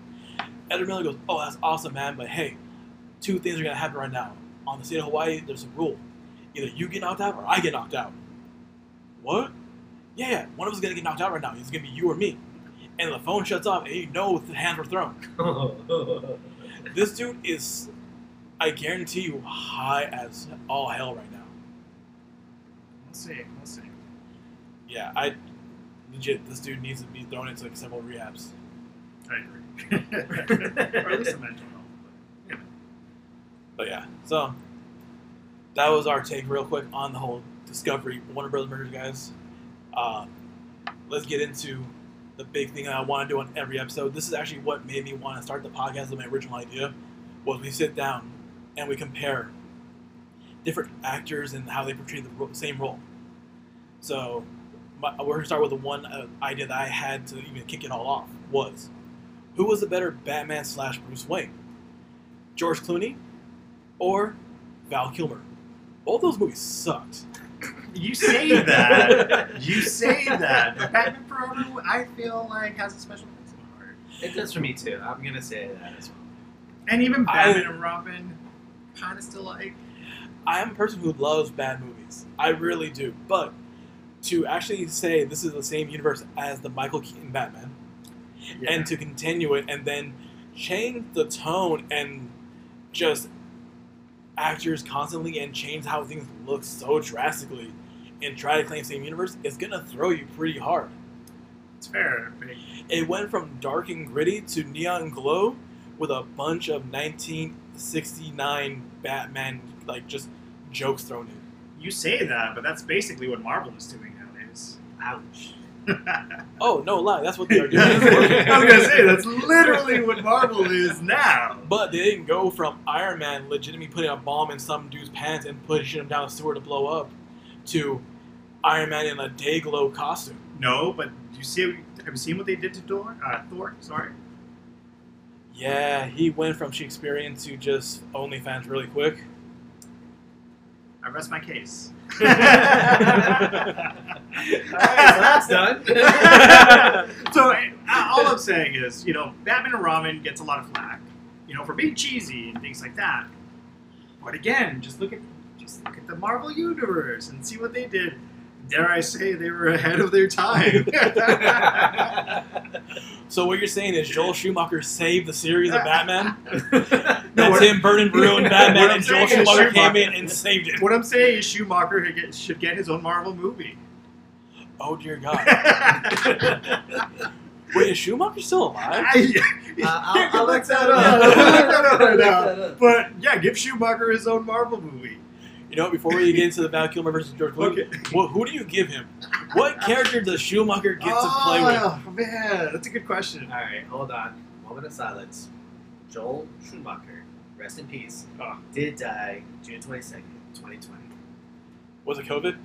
[SPEAKER 1] Ezra Miller goes, oh that's awesome man, but hey, two things are gonna happen right now. On the state of Hawaii, there's a rule, either you get knocked out or I get knocked out. What? Yeah, yeah, one of us is gonna get knocked out right now. It's gonna be you or me. And the phone shuts off, and you know the hands were thrown. This dude is, I guarantee you, high as all hell right now.
[SPEAKER 3] We'll see. We'll see.
[SPEAKER 1] Yeah, I legit this dude needs to be thrown into like several rehabs.
[SPEAKER 3] I agree. [laughs] or at least a mental health.
[SPEAKER 1] But yeah, so that was our take real quick on the whole Discovery Warner Brothers murders, guys. Um, let's get into the big thing that I want to do on every episode. This is actually what made me want to start the podcast. Of my original idea was we sit down and we compare different actors and how they portray the ro- same role. So my, we're gonna start with the one uh, idea that I had to even kick it all off was who was the better Batman slash Bruce Wayne, George Clooney or Val Kilmer. Both those movies sucked.
[SPEAKER 3] but- You say [laughs] that. you say that. But Batman Forever, I feel like, has a special place in my heart.
[SPEAKER 2] it does for me too. I'm going to say that as well.
[SPEAKER 3] And even
[SPEAKER 1] I-
[SPEAKER 3] Batman and Robin, kind of still like.
[SPEAKER 1] I am a person who loves bad movies. I really do. But to actually say this is the same universe as the Michael Keaton Batman,
[SPEAKER 3] Yeah.
[SPEAKER 1] and to continue it and then change the tone and just actors constantly and change how things look so drastically and try to claim same universe is gonna throw you pretty hard.
[SPEAKER 3] it's fair. but-
[SPEAKER 1] It went from dark and gritty to neon glow with a bunch of 1969 Batman like just jokes thrown in.
[SPEAKER 3] You say that, but that's basically what Marvel is doing nowadays.
[SPEAKER 2] Ouch.
[SPEAKER 1] Oh no lie, that's what they are
[SPEAKER 3] [laughs] I was
[SPEAKER 1] doing.
[SPEAKER 3] gonna say that's literally what Marvel is now.
[SPEAKER 1] but they didn't go from Iron Man legitimately putting a bomb in some dude's pants and pushing him down a sewer to blow up to Iron Man in a day glow costume.
[SPEAKER 3] No, but you see, have you seen what they did to Thor? Uh, Thor, sorry.
[SPEAKER 1] Yeah, he went from Shakespearean to just OnlyFans really quick.
[SPEAKER 3] [laughs] I rest my case.
[SPEAKER 2] All right, so that's
[SPEAKER 1] [laughs]
[SPEAKER 2] done. [laughs]
[SPEAKER 3] so I- I- all I'm saying is, you know, Batman and Robin gets a lot of flack, you know, for being cheesy and things like that. But again, just look at just look at the Marvel universe and see what they did. Dare I say they were ahead of
[SPEAKER 2] [laughs]
[SPEAKER 3] their time?
[SPEAKER 1] So what you're saying is Joel Schumacher saved the series of Batman?
[SPEAKER 3] No,
[SPEAKER 1] That's
[SPEAKER 3] what-
[SPEAKER 1] him, Burden ruined
[SPEAKER 3] What
[SPEAKER 1] Batman,
[SPEAKER 3] I'm
[SPEAKER 1] and Joel
[SPEAKER 3] saying is
[SPEAKER 1] Schumacher came
[SPEAKER 3] Schumacher-
[SPEAKER 1] in and saved it.
[SPEAKER 3] what I'm saying is Schumacher should get- should get his own Marvel movie. [laughs]
[SPEAKER 1] Oh dear God! Wait, is Schumacher still alive?
[SPEAKER 2] Uh, I'll,
[SPEAKER 3] [laughs]
[SPEAKER 2] I'll look that
[SPEAKER 3] I'll
[SPEAKER 2] up.
[SPEAKER 3] look that up
[SPEAKER 2] I'll
[SPEAKER 3] right
[SPEAKER 2] look
[SPEAKER 3] now.
[SPEAKER 2] [laughs] that up.
[SPEAKER 3] But yeah, give Schumacher his own Marvel movie.
[SPEAKER 1] You know, before we get into the Val Kilmer versus George Clooney,
[SPEAKER 3] Okay.
[SPEAKER 1] wh- who do you give him? What character does Schumacher get to play with?
[SPEAKER 3] oh man, that's a good question.
[SPEAKER 2] All right, hold on. Moment of silence. Joel Schumacher, rest in peace,
[SPEAKER 3] Oh.
[SPEAKER 2] did die June 22nd, 2020.
[SPEAKER 1] Was it COVID?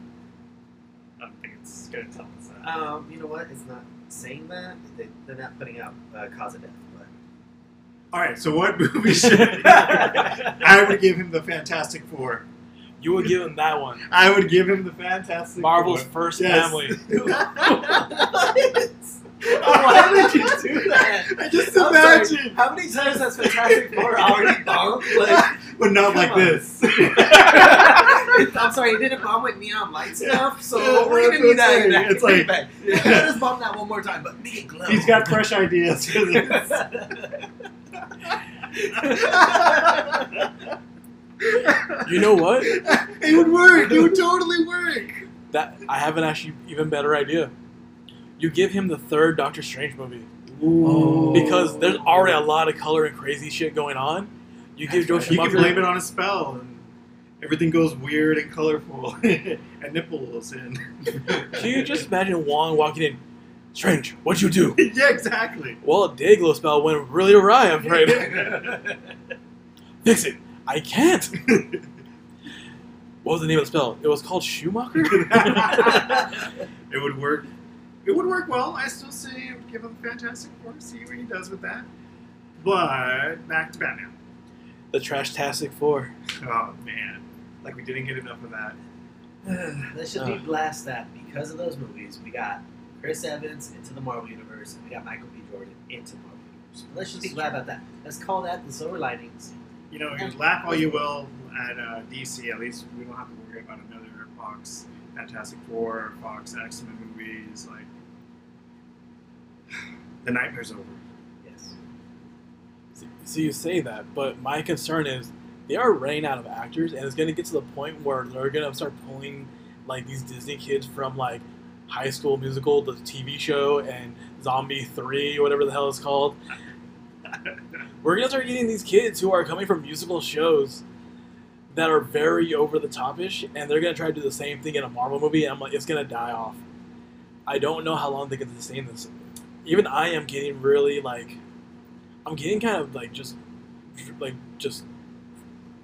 [SPEAKER 3] I don't think it's gonna tell us that.
[SPEAKER 2] Um, you know what? It's not saying that. They, they're not putting out uh, cause of death. But
[SPEAKER 3] All right, so what movie should [laughs] I would give him the Fantastic Four.
[SPEAKER 1] You would give him that one.
[SPEAKER 3] I would give him the Fantastic [laughs]
[SPEAKER 1] Marvel's
[SPEAKER 3] Four.
[SPEAKER 1] first
[SPEAKER 3] Yes.
[SPEAKER 1] family.
[SPEAKER 2] Why would you do that?
[SPEAKER 3] I just
[SPEAKER 2] I'm sorry.
[SPEAKER 3] imagine,
[SPEAKER 2] How many times has Fantastic Four already bombed? Like,
[SPEAKER 3] [laughs] but
[SPEAKER 2] Come
[SPEAKER 3] not like
[SPEAKER 1] [laughs]
[SPEAKER 2] on.
[SPEAKER 3] this.
[SPEAKER 2] it's- I'm sorry, it didn't bomb with neon light stuff, so
[SPEAKER 3] Yeah,
[SPEAKER 2] we're
[SPEAKER 3] that's
[SPEAKER 2] gonna need
[SPEAKER 3] what I'm
[SPEAKER 2] that.
[SPEAKER 3] saying.
[SPEAKER 2] back.
[SPEAKER 3] It's like-
[SPEAKER 2] Back. [laughs]
[SPEAKER 3] Yeah.
[SPEAKER 2] let us bomb that one more time, but make it glow.
[SPEAKER 3] He's got fresh ideas for this.
[SPEAKER 1] You know what?
[SPEAKER 3] it would work. It would totally work.
[SPEAKER 1] That I have an actually even better idea. You give him the third Doctor Strange movie
[SPEAKER 3] Oh.
[SPEAKER 2] Ooh.
[SPEAKER 1] because there's already a lot of color and crazy shit going on. You give Joel
[SPEAKER 3] You can
[SPEAKER 1] Schumacher.
[SPEAKER 3] blame it on a spell, and everything goes weird and colorful, [laughs] and nipples, and
[SPEAKER 1] Can you just imagine Wong walking in? Strange, what'd you do?
[SPEAKER 3] [laughs] yeah, exactly.
[SPEAKER 1] Well, a Dayglow spell went really awry, I'm
[SPEAKER 3] [laughs]
[SPEAKER 1] afraid. Fix it. I can't. what was the name of the spell? It was called Schumacher?
[SPEAKER 3] It would work. It would work well. I still say I would give him Fantastic Four. See what he does with that. But back to Batman.
[SPEAKER 1] the Trash Tastic Four.
[SPEAKER 3] Oh man, like we didn't get enough of that.
[SPEAKER 2] Let's just be blessed that because of those movies, we got Chris Evans into the Marvel Universe, and we got Michael B. Jordan into the Marvel Universe. Let's just laugh about that. Let's call that the silver linings.
[SPEAKER 3] You know, you laugh all you will at uh, DC. At least we don't have to worry about another Fox Fantastic Four, Fox X Men movies. Like [sighs] the nightmare's over.
[SPEAKER 2] Yes.
[SPEAKER 1] So you say that, but my concern is they are running out of actors, and it's going to get to the point where they're going to start pulling like these Disney kids from like High School Musical, the TV show, and Zombie Three, whatever the hell it's called. We're going to start getting these kids who are coming from musical shows that are very over the topish, and they're going to try to do the same thing in a Marvel movie, and I'm like, it's going to die off. I don't know how long they can sustain this. Even I am getting really like I'm getting kind of like just like just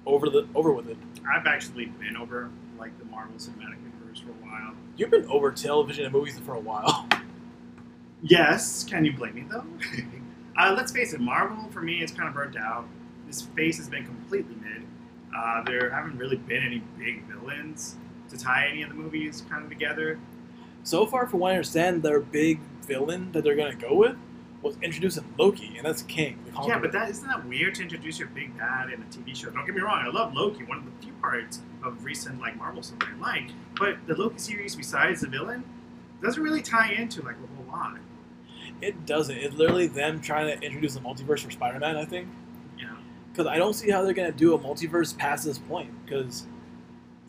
[SPEAKER 1] over the over with it.
[SPEAKER 3] I've actually been over like the Marvel Cinematic Universe for a while.
[SPEAKER 1] You've been over television and movies for a while. [laughs]
[SPEAKER 3] Yes. Can you blame me though? [laughs] uh, let's face it, Marvel for me is kind of burnt out. This face has been completely mid. Uh, there haven't really been any big villains to tie any of the movies kind of together.
[SPEAKER 1] So far, from what I understand, their big villain that they're gonna go with was introducing Loki, and that's King. the
[SPEAKER 3] Yeah, but
[SPEAKER 1] Conqueror.
[SPEAKER 3] that isn't that weird to introduce your big bad in a TV show. Don't get me wrong, I love Loki, one of the few parts of recent like Marvel stuff I like. But the Loki series, besides the villain, doesn't really tie into like a whole lot.
[SPEAKER 1] it doesn't. It's literally them trying to introduce the multiverse for Spider-Man. I think
[SPEAKER 3] You know,
[SPEAKER 1] because I don't see how they're gonna do a multiverse past this point because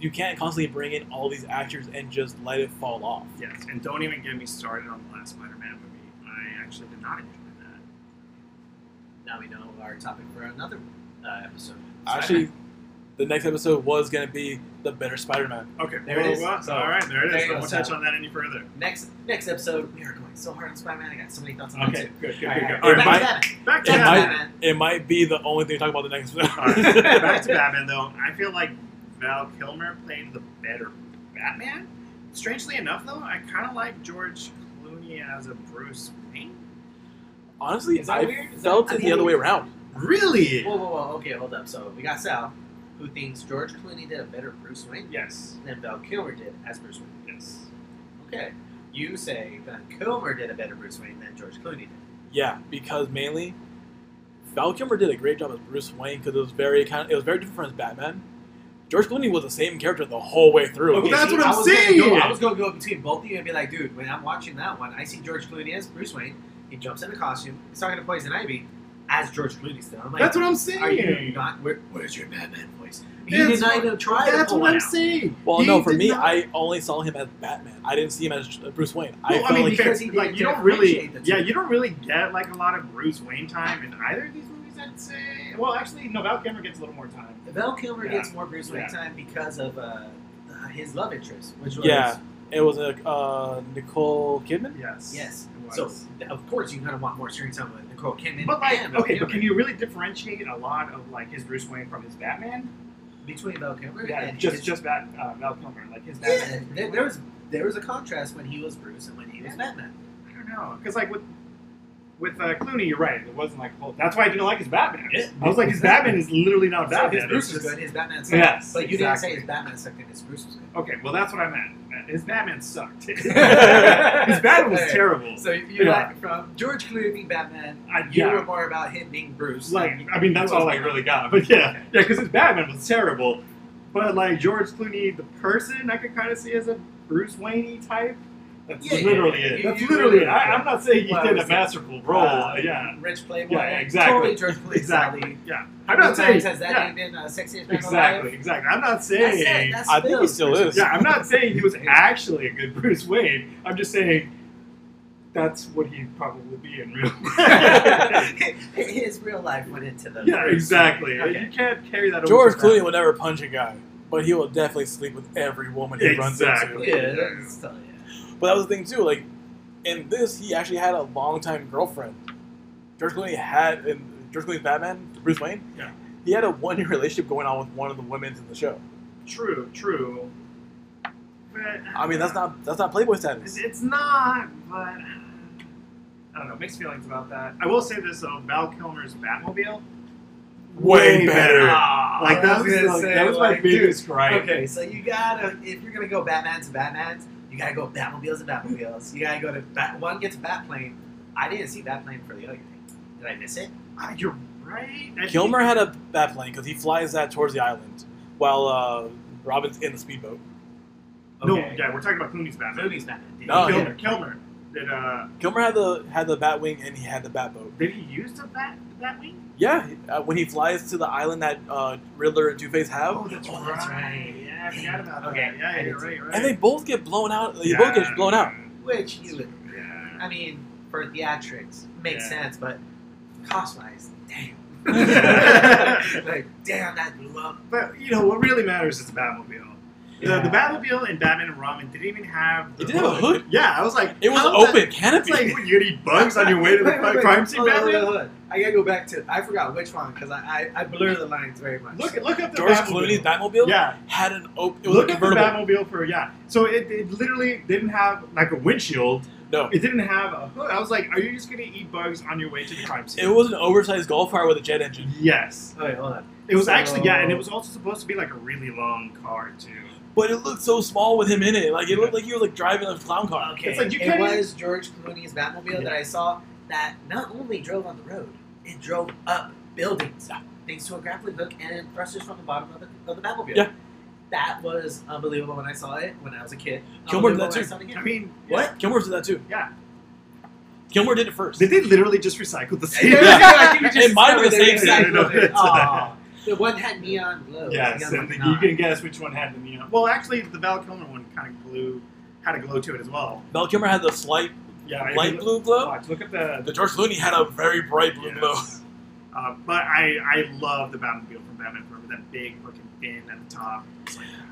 [SPEAKER 1] you can't constantly bring in all these actors and just let it fall off.
[SPEAKER 3] Yes, and don't even get me started on the last Spider-Man movie. I actually did not enjoy that.
[SPEAKER 2] Now we know our topic for another uh, episode.
[SPEAKER 1] Actually, the next episode was gonna be the better Spider-Man.
[SPEAKER 3] Okay,
[SPEAKER 2] There it
[SPEAKER 3] well,
[SPEAKER 2] is.
[SPEAKER 3] well,
[SPEAKER 2] So,
[SPEAKER 3] all right, there it
[SPEAKER 2] there
[SPEAKER 3] is.
[SPEAKER 2] you
[SPEAKER 3] I
[SPEAKER 2] go,
[SPEAKER 3] won't
[SPEAKER 2] Sal.
[SPEAKER 3] touch on that any further.
[SPEAKER 2] Next next episode, we are going so hard on Spider Man. I got so many thoughts on
[SPEAKER 3] Okay,
[SPEAKER 2] that
[SPEAKER 3] good,
[SPEAKER 2] too.
[SPEAKER 3] good, good.
[SPEAKER 2] Alright,
[SPEAKER 3] good.
[SPEAKER 1] all
[SPEAKER 3] Alright,
[SPEAKER 1] right,
[SPEAKER 2] back
[SPEAKER 1] Mike-
[SPEAKER 2] to
[SPEAKER 1] It
[SPEAKER 2] Batman. Back
[SPEAKER 3] back, back to
[SPEAKER 2] to
[SPEAKER 3] Batman.
[SPEAKER 2] Batman.
[SPEAKER 1] It might be the only thing we talk about the next
[SPEAKER 3] All right,
[SPEAKER 1] episode.
[SPEAKER 3] [laughs] back to Batman, though. I feel like Val Kilmer played the better Batman. Strangely enough, though, I kind of like George Clooney as a Bruce Wayne.
[SPEAKER 1] [laughs] Honestly,
[SPEAKER 2] Is that
[SPEAKER 1] I
[SPEAKER 2] weird? Is
[SPEAKER 1] felt
[SPEAKER 2] that-
[SPEAKER 1] it
[SPEAKER 2] I
[SPEAKER 1] the other
[SPEAKER 2] mean-
[SPEAKER 1] way around.
[SPEAKER 3] Really?
[SPEAKER 2] Whoa, whoa, whoa. Okay, hold up. So we got Sal, who thinks George Clooney did a better Bruce Wayne
[SPEAKER 3] yes.
[SPEAKER 2] than Val Kilmer did as Bruce Wayne.
[SPEAKER 3] Yes.
[SPEAKER 2] Okay. okay. You say that Kilmer did a better Bruce Wayne than George Clooney did.
[SPEAKER 1] Yeah, because mainly Val Kilmer did a great job as Bruce Wayne because it was very kind of, it was very different from his Batman. George Clooney was the same character the whole way through.
[SPEAKER 3] Okay. that's what
[SPEAKER 2] I
[SPEAKER 3] I'm
[SPEAKER 2] was gonna
[SPEAKER 3] saying!
[SPEAKER 2] go- I was going to go between both of you and be like, dude, when I'm watching that one, I see George Clooney as Bruce Wayne. He jumps in a costume. He's talking to Poison Ivy as George Clooney still. I'm like,
[SPEAKER 3] That's what I'm saying.
[SPEAKER 2] are you not? Where, where's your Batman voice? He
[SPEAKER 3] That's
[SPEAKER 2] did not
[SPEAKER 3] what-
[SPEAKER 2] even try to
[SPEAKER 3] That's
[SPEAKER 2] pull
[SPEAKER 3] what
[SPEAKER 2] one out.
[SPEAKER 3] I'm saying.
[SPEAKER 1] Well,
[SPEAKER 3] He
[SPEAKER 1] no, for
[SPEAKER 3] did
[SPEAKER 1] me,
[SPEAKER 3] not-
[SPEAKER 1] I only saw him as Batman. I didn't see him as uh, Bruce Wayne. I
[SPEAKER 3] Well,
[SPEAKER 1] felt
[SPEAKER 3] mean,
[SPEAKER 1] like
[SPEAKER 2] because he
[SPEAKER 3] like
[SPEAKER 2] didn't
[SPEAKER 3] you don't really,
[SPEAKER 2] differentiate the
[SPEAKER 3] yeah,
[SPEAKER 2] two.
[SPEAKER 3] you don't really get like a lot of Bruce Wayne time in either of these movies. I'd say. Well, actually, no, Val Kilmer gets a little more time.
[SPEAKER 2] Val Kilmer
[SPEAKER 3] Yeah.
[SPEAKER 2] gets more Bruce Wayne
[SPEAKER 3] Yeah.
[SPEAKER 2] time because of uh, uh, his love interest, which was
[SPEAKER 1] Yeah. it was a uh, Nicole Kidman.
[SPEAKER 3] Yes.
[SPEAKER 2] yes.
[SPEAKER 3] it
[SPEAKER 2] So
[SPEAKER 3] was.
[SPEAKER 2] of course you're gonna want more screen time with Nicole Kidman.
[SPEAKER 3] But like,
[SPEAKER 2] and Val
[SPEAKER 3] okay, but
[SPEAKER 2] Kilmer.
[SPEAKER 3] can you really differentiate a lot of like his Bruce Wayne from his Batman?
[SPEAKER 2] between Val Kilmer
[SPEAKER 3] Yeah,
[SPEAKER 2] and
[SPEAKER 3] just
[SPEAKER 2] his,
[SPEAKER 3] just Bat, uh, Val Kilmer, like his
[SPEAKER 2] yeah,
[SPEAKER 3] Batman.
[SPEAKER 2] there, there was there was a contrast when he was Bruce and when he was Batman.
[SPEAKER 3] I don't know, because like with with uh, Clooney, you're right. It wasn't like a whole. That's why I didn't like his Batman.
[SPEAKER 2] Yeah.
[SPEAKER 3] I was like, his Batman is literally not
[SPEAKER 2] [laughs] So
[SPEAKER 3] Batman.
[SPEAKER 2] his Bruce
[SPEAKER 3] it's
[SPEAKER 2] was
[SPEAKER 3] just-
[SPEAKER 2] good, his Batman sucked.
[SPEAKER 3] Yes,
[SPEAKER 2] but you didn't say
[SPEAKER 3] exactly.
[SPEAKER 2] his Batman sucked and his Bruce was
[SPEAKER 3] [laughs]
[SPEAKER 2] good.
[SPEAKER 3] Okay, well that's what I meant. His Batman
[SPEAKER 2] [laughs]
[SPEAKER 3] sucked. [laughs] his Batman was
[SPEAKER 2] Hey,
[SPEAKER 3] terrible.
[SPEAKER 2] So you
[SPEAKER 3] Yeah.
[SPEAKER 2] like from George Clooney Batman,
[SPEAKER 3] I-
[SPEAKER 2] you
[SPEAKER 3] yeah.
[SPEAKER 2] were more about him being Bruce.
[SPEAKER 3] like I mean that's all I really got. But yeah, yeah, because his Batman was terrible. But like George Clooney, the person I could kind of see as a Bruce Wayne type. That's
[SPEAKER 2] Yeah, yeah,
[SPEAKER 3] literally
[SPEAKER 2] yeah.
[SPEAKER 3] it.
[SPEAKER 2] You-
[SPEAKER 3] that's
[SPEAKER 2] you
[SPEAKER 3] literally it.
[SPEAKER 2] really-
[SPEAKER 3] I, I'm not saying he
[SPEAKER 2] Well,
[SPEAKER 3] did
[SPEAKER 2] it's
[SPEAKER 3] a
[SPEAKER 2] a-
[SPEAKER 3] masterful role.
[SPEAKER 2] uh,
[SPEAKER 3] yeah,
[SPEAKER 2] rich playboy.
[SPEAKER 3] Yeah, exactly.
[SPEAKER 2] Totally George Clooney.
[SPEAKER 3] exactly.
[SPEAKER 2] Sally.
[SPEAKER 3] Yeah, I'm not
[SPEAKER 2] Blue
[SPEAKER 3] saying.
[SPEAKER 2] Times, has that
[SPEAKER 3] yeah,
[SPEAKER 2] even uh, sexiest man
[SPEAKER 3] exactly,
[SPEAKER 2] alive?
[SPEAKER 3] exactly. I'm not
[SPEAKER 2] That's
[SPEAKER 3] saying.
[SPEAKER 2] it, that's
[SPEAKER 1] I think he
[SPEAKER 2] Bill's
[SPEAKER 1] still
[SPEAKER 2] version.
[SPEAKER 1] is.
[SPEAKER 3] Yeah, I'm not [laughs] saying he was actually a good Bruce Wayne. I'm just saying that's what he'd probably be in real
[SPEAKER 2] [laughs]
[SPEAKER 3] life.
[SPEAKER 2] [laughs] His real life went into the
[SPEAKER 3] yeah, exactly.
[SPEAKER 2] Okay.
[SPEAKER 3] You can't carry that over.
[SPEAKER 1] George
[SPEAKER 3] to
[SPEAKER 1] Clooney
[SPEAKER 3] that.
[SPEAKER 1] would never punch a guy, but he will definitely sleep with every woman he runs
[SPEAKER 3] Exactly.
[SPEAKER 1] into.
[SPEAKER 2] Yeah, that's still, yeah.
[SPEAKER 1] But that was the thing too. Like in this, he actually had a longtime girlfriend. George Clooney had in George Clooney's Batman, Bruce Wayne.
[SPEAKER 3] Yeah.
[SPEAKER 1] He had a one-year relationship going on with one of the women in the show.
[SPEAKER 3] True, true. But
[SPEAKER 1] I mean, that's not that's not Playboy
[SPEAKER 3] It's,
[SPEAKER 1] status.
[SPEAKER 3] it's not, but uh, I don't know. Mixed feelings about that. I will say this though: Val Kilmer's Batmobile,
[SPEAKER 1] Way better.
[SPEAKER 3] Ah, like
[SPEAKER 2] I
[SPEAKER 3] that
[SPEAKER 2] was
[SPEAKER 3] was,
[SPEAKER 2] gonna
[SPEAKER 3] like,
[SPEAKER 2] say,
[SPEAKER 3] that was my
[SPEAKER 2] like,
[SPEAKER 3] biggest gripe.
[SPEAKER 2] Okay, so you gotta if you're gonna go Batman to Batmans, you gotta go Batmobiles and Batmobiles. You gotta go to Bat one gets Batplane. I didn't see Batplane for the other thing. Did I miss it?
[SPEAKER 3] Ah, you're right. I
[SPEAKER 1] Kilmer had a bat plane because he flies that towards the island while uh, Robin's in the speedboat.
[SPEAKER 3] Think, no,
[SPEAKER 2] Okay.
[SPEAKER 3] yeah, we're talking about Clooney's Batman.
[SPEAKER 2] Movies Batman. Did
[SPEAKER 1] No,
[SPEAKER 2] you-
[SPEAKER 3] Kilmer, Kilmer. Did uh,
[SPEAKER 1] Kilmer had the had the bat wing and he had the bat boat.
[SPEAKER 3] did he use the bat the bat wing?
[SPEAKER 1] Yeah, uh, when he flies to the island that uh, Riddler and Two Face have,
[SPEAKER 3] that's,
[SPEAKER 2] oh, that's right.
[SPEAKER 3] Yeah, I forgot about
[SPEAKER 2] Okay,
[SPEAKER 3] that. Yeah,
[SPEAKER 2] I
[SPEAKER 3] yeah,
[SPEAKER 2] did
[SPEAKER 3] you're
[SPEAKER 2] too.
[SPEAKER 3] right, you're right.
[SPEAKER 1] and they both get blown out. They both get blown out.
[SPEAKER 2] Which you would
[SPEAKER 3] Yeah.
[SPEAKER 2] I mean, for theatrics, makes
[SPEAKER 3] Yeah.
[SPEAKER 2] sense, but cost wise,
[SPEAKER 3] [laughs]
[SPEAKER 2] damn. [laughs] like, damn, that blew up.
[SPEAKER 3] But you know what really matters is the Batmobile. The, the Batmobile in Batman and Robin didn't even have. The
[SPEAKER 1] It didn't have a hood.
[SPEAKER 3] Yeah, I was like,
[SPEAKER 1] It was
[SPEAKER 3] how is
[SPEAKER 1] open
[SPEAKER 3] That,
[SPEAKER 1] canopy.
[SPEAKER 3] it's like what, you need bugs on your way to the
[SPEAKER 2] [laughs] Wait, wait, wait.
[SPEAKER 3] crime scene,
[SPEAKER 2] Hold on,
[SPEAKER 3] Batman.
[SPEAKER 2] hold on, hold on. I gotta go back to. I forgot which one because I, I I blur the lines very much.
[SPEAKER 3] Look, look up the
[SPEAKER 1] George Clooney's
[SPEAKER 3] Batmobile.
[SPEAKER 1] Batmobile
[SPEAKER 3] yeah,
[SPEAKER 1] had an open. It was
[SPEAKER 3] look
[SPEAKER 1] a
[SPEAKER 3] up the
[SPEAKER 1] convertible.
[SPEAKER 3] Batmobile for yeah. So it, it literally didn't have like a windshield.
[SPEAKER 1] no,
[SPEAKER 3] It didn't have a hood. I was like, are you just gonna eat bugs on your way to the crime scene?
[SPEAKER 1] it was an oversized golf car with a jet engine.
[SPEAKER 3] yes.
[SPEAKER 2] Okay, hold on.
[SPEAKER 3] It was
[SPEAKER 2] So-
[SPEAKER 3] actually yeah, and it was also supposed to be like a really long car too.
[SPEAKER 1] But it looked so small with him in it. Like it looked like he was like driving a clown car.
[SPEAKER 2] Okay,
[SPEAKER 3] It's like you
[SPEAKER 2] it
[SPEAKER 3] can't
[SPEAKER 2] was George Clooney's Batmobile that I saw that not only drove on the road, it drove up buildings thanks to a grappling hook and thrusters from the bottom of the, of the Batmobile.
[SPEAKER 1] Yeah.
[SPEAKER 2] That was unbelievable when I saw it when I was a kid.
[SPEAKER 1] Kilmer did that
[SPEAKER 2] Unbelievable when I
[SPEAKER 1] too.
[SPEAKER 2] saw it [laughs]
[SPEAKER 3] [laughs]
[SPEAKER 2] again.
[SPEAKER 3] I mean,
[SPEAKER 1] Kilmer did that too.
[SPEAKER 3] Yeah.
[SPEAKER 1] Kilmer did it first.
[SPEAKER 3] Did they literally just recycle the same?
[SPEAKER 1] It might have been the same
[SPEAKER 3] exact moment.
[SPEAKER 2] Aw. The one had neon glows.
[SPEAKER 3] Yes,
[SPEAKER 2] the
[SPEAKER 3] and
[SPEAKER 2] other
[SPEAKER 3] the,
[SPEAKER 2] one
[SPEAKER 3] you
[SPEAKER 2] not.
[SPEAKER 3] can guess which one had the neon. Well, actually, the Val Kilmer one kind of glue had a glow to it as well.
[SPEAKER 1] Val Kilmer had the slight
[SPEAKER 3] Yeah, oh, if you
[SPEAKER 1] light
[SPEAKER 3] look-
[SPEAKER 1] blue glow.
[SPEAKER 3] Watch, look at the.
[SPEAKER 1] The George Clooney had a very bright blue
[SPEAKER 3] Yes.
[SPEAKER 1] glow.
[SPEAKER 3] Uh, but I, I love the Batmobile from Batman Forever. That big fucking fin at the top.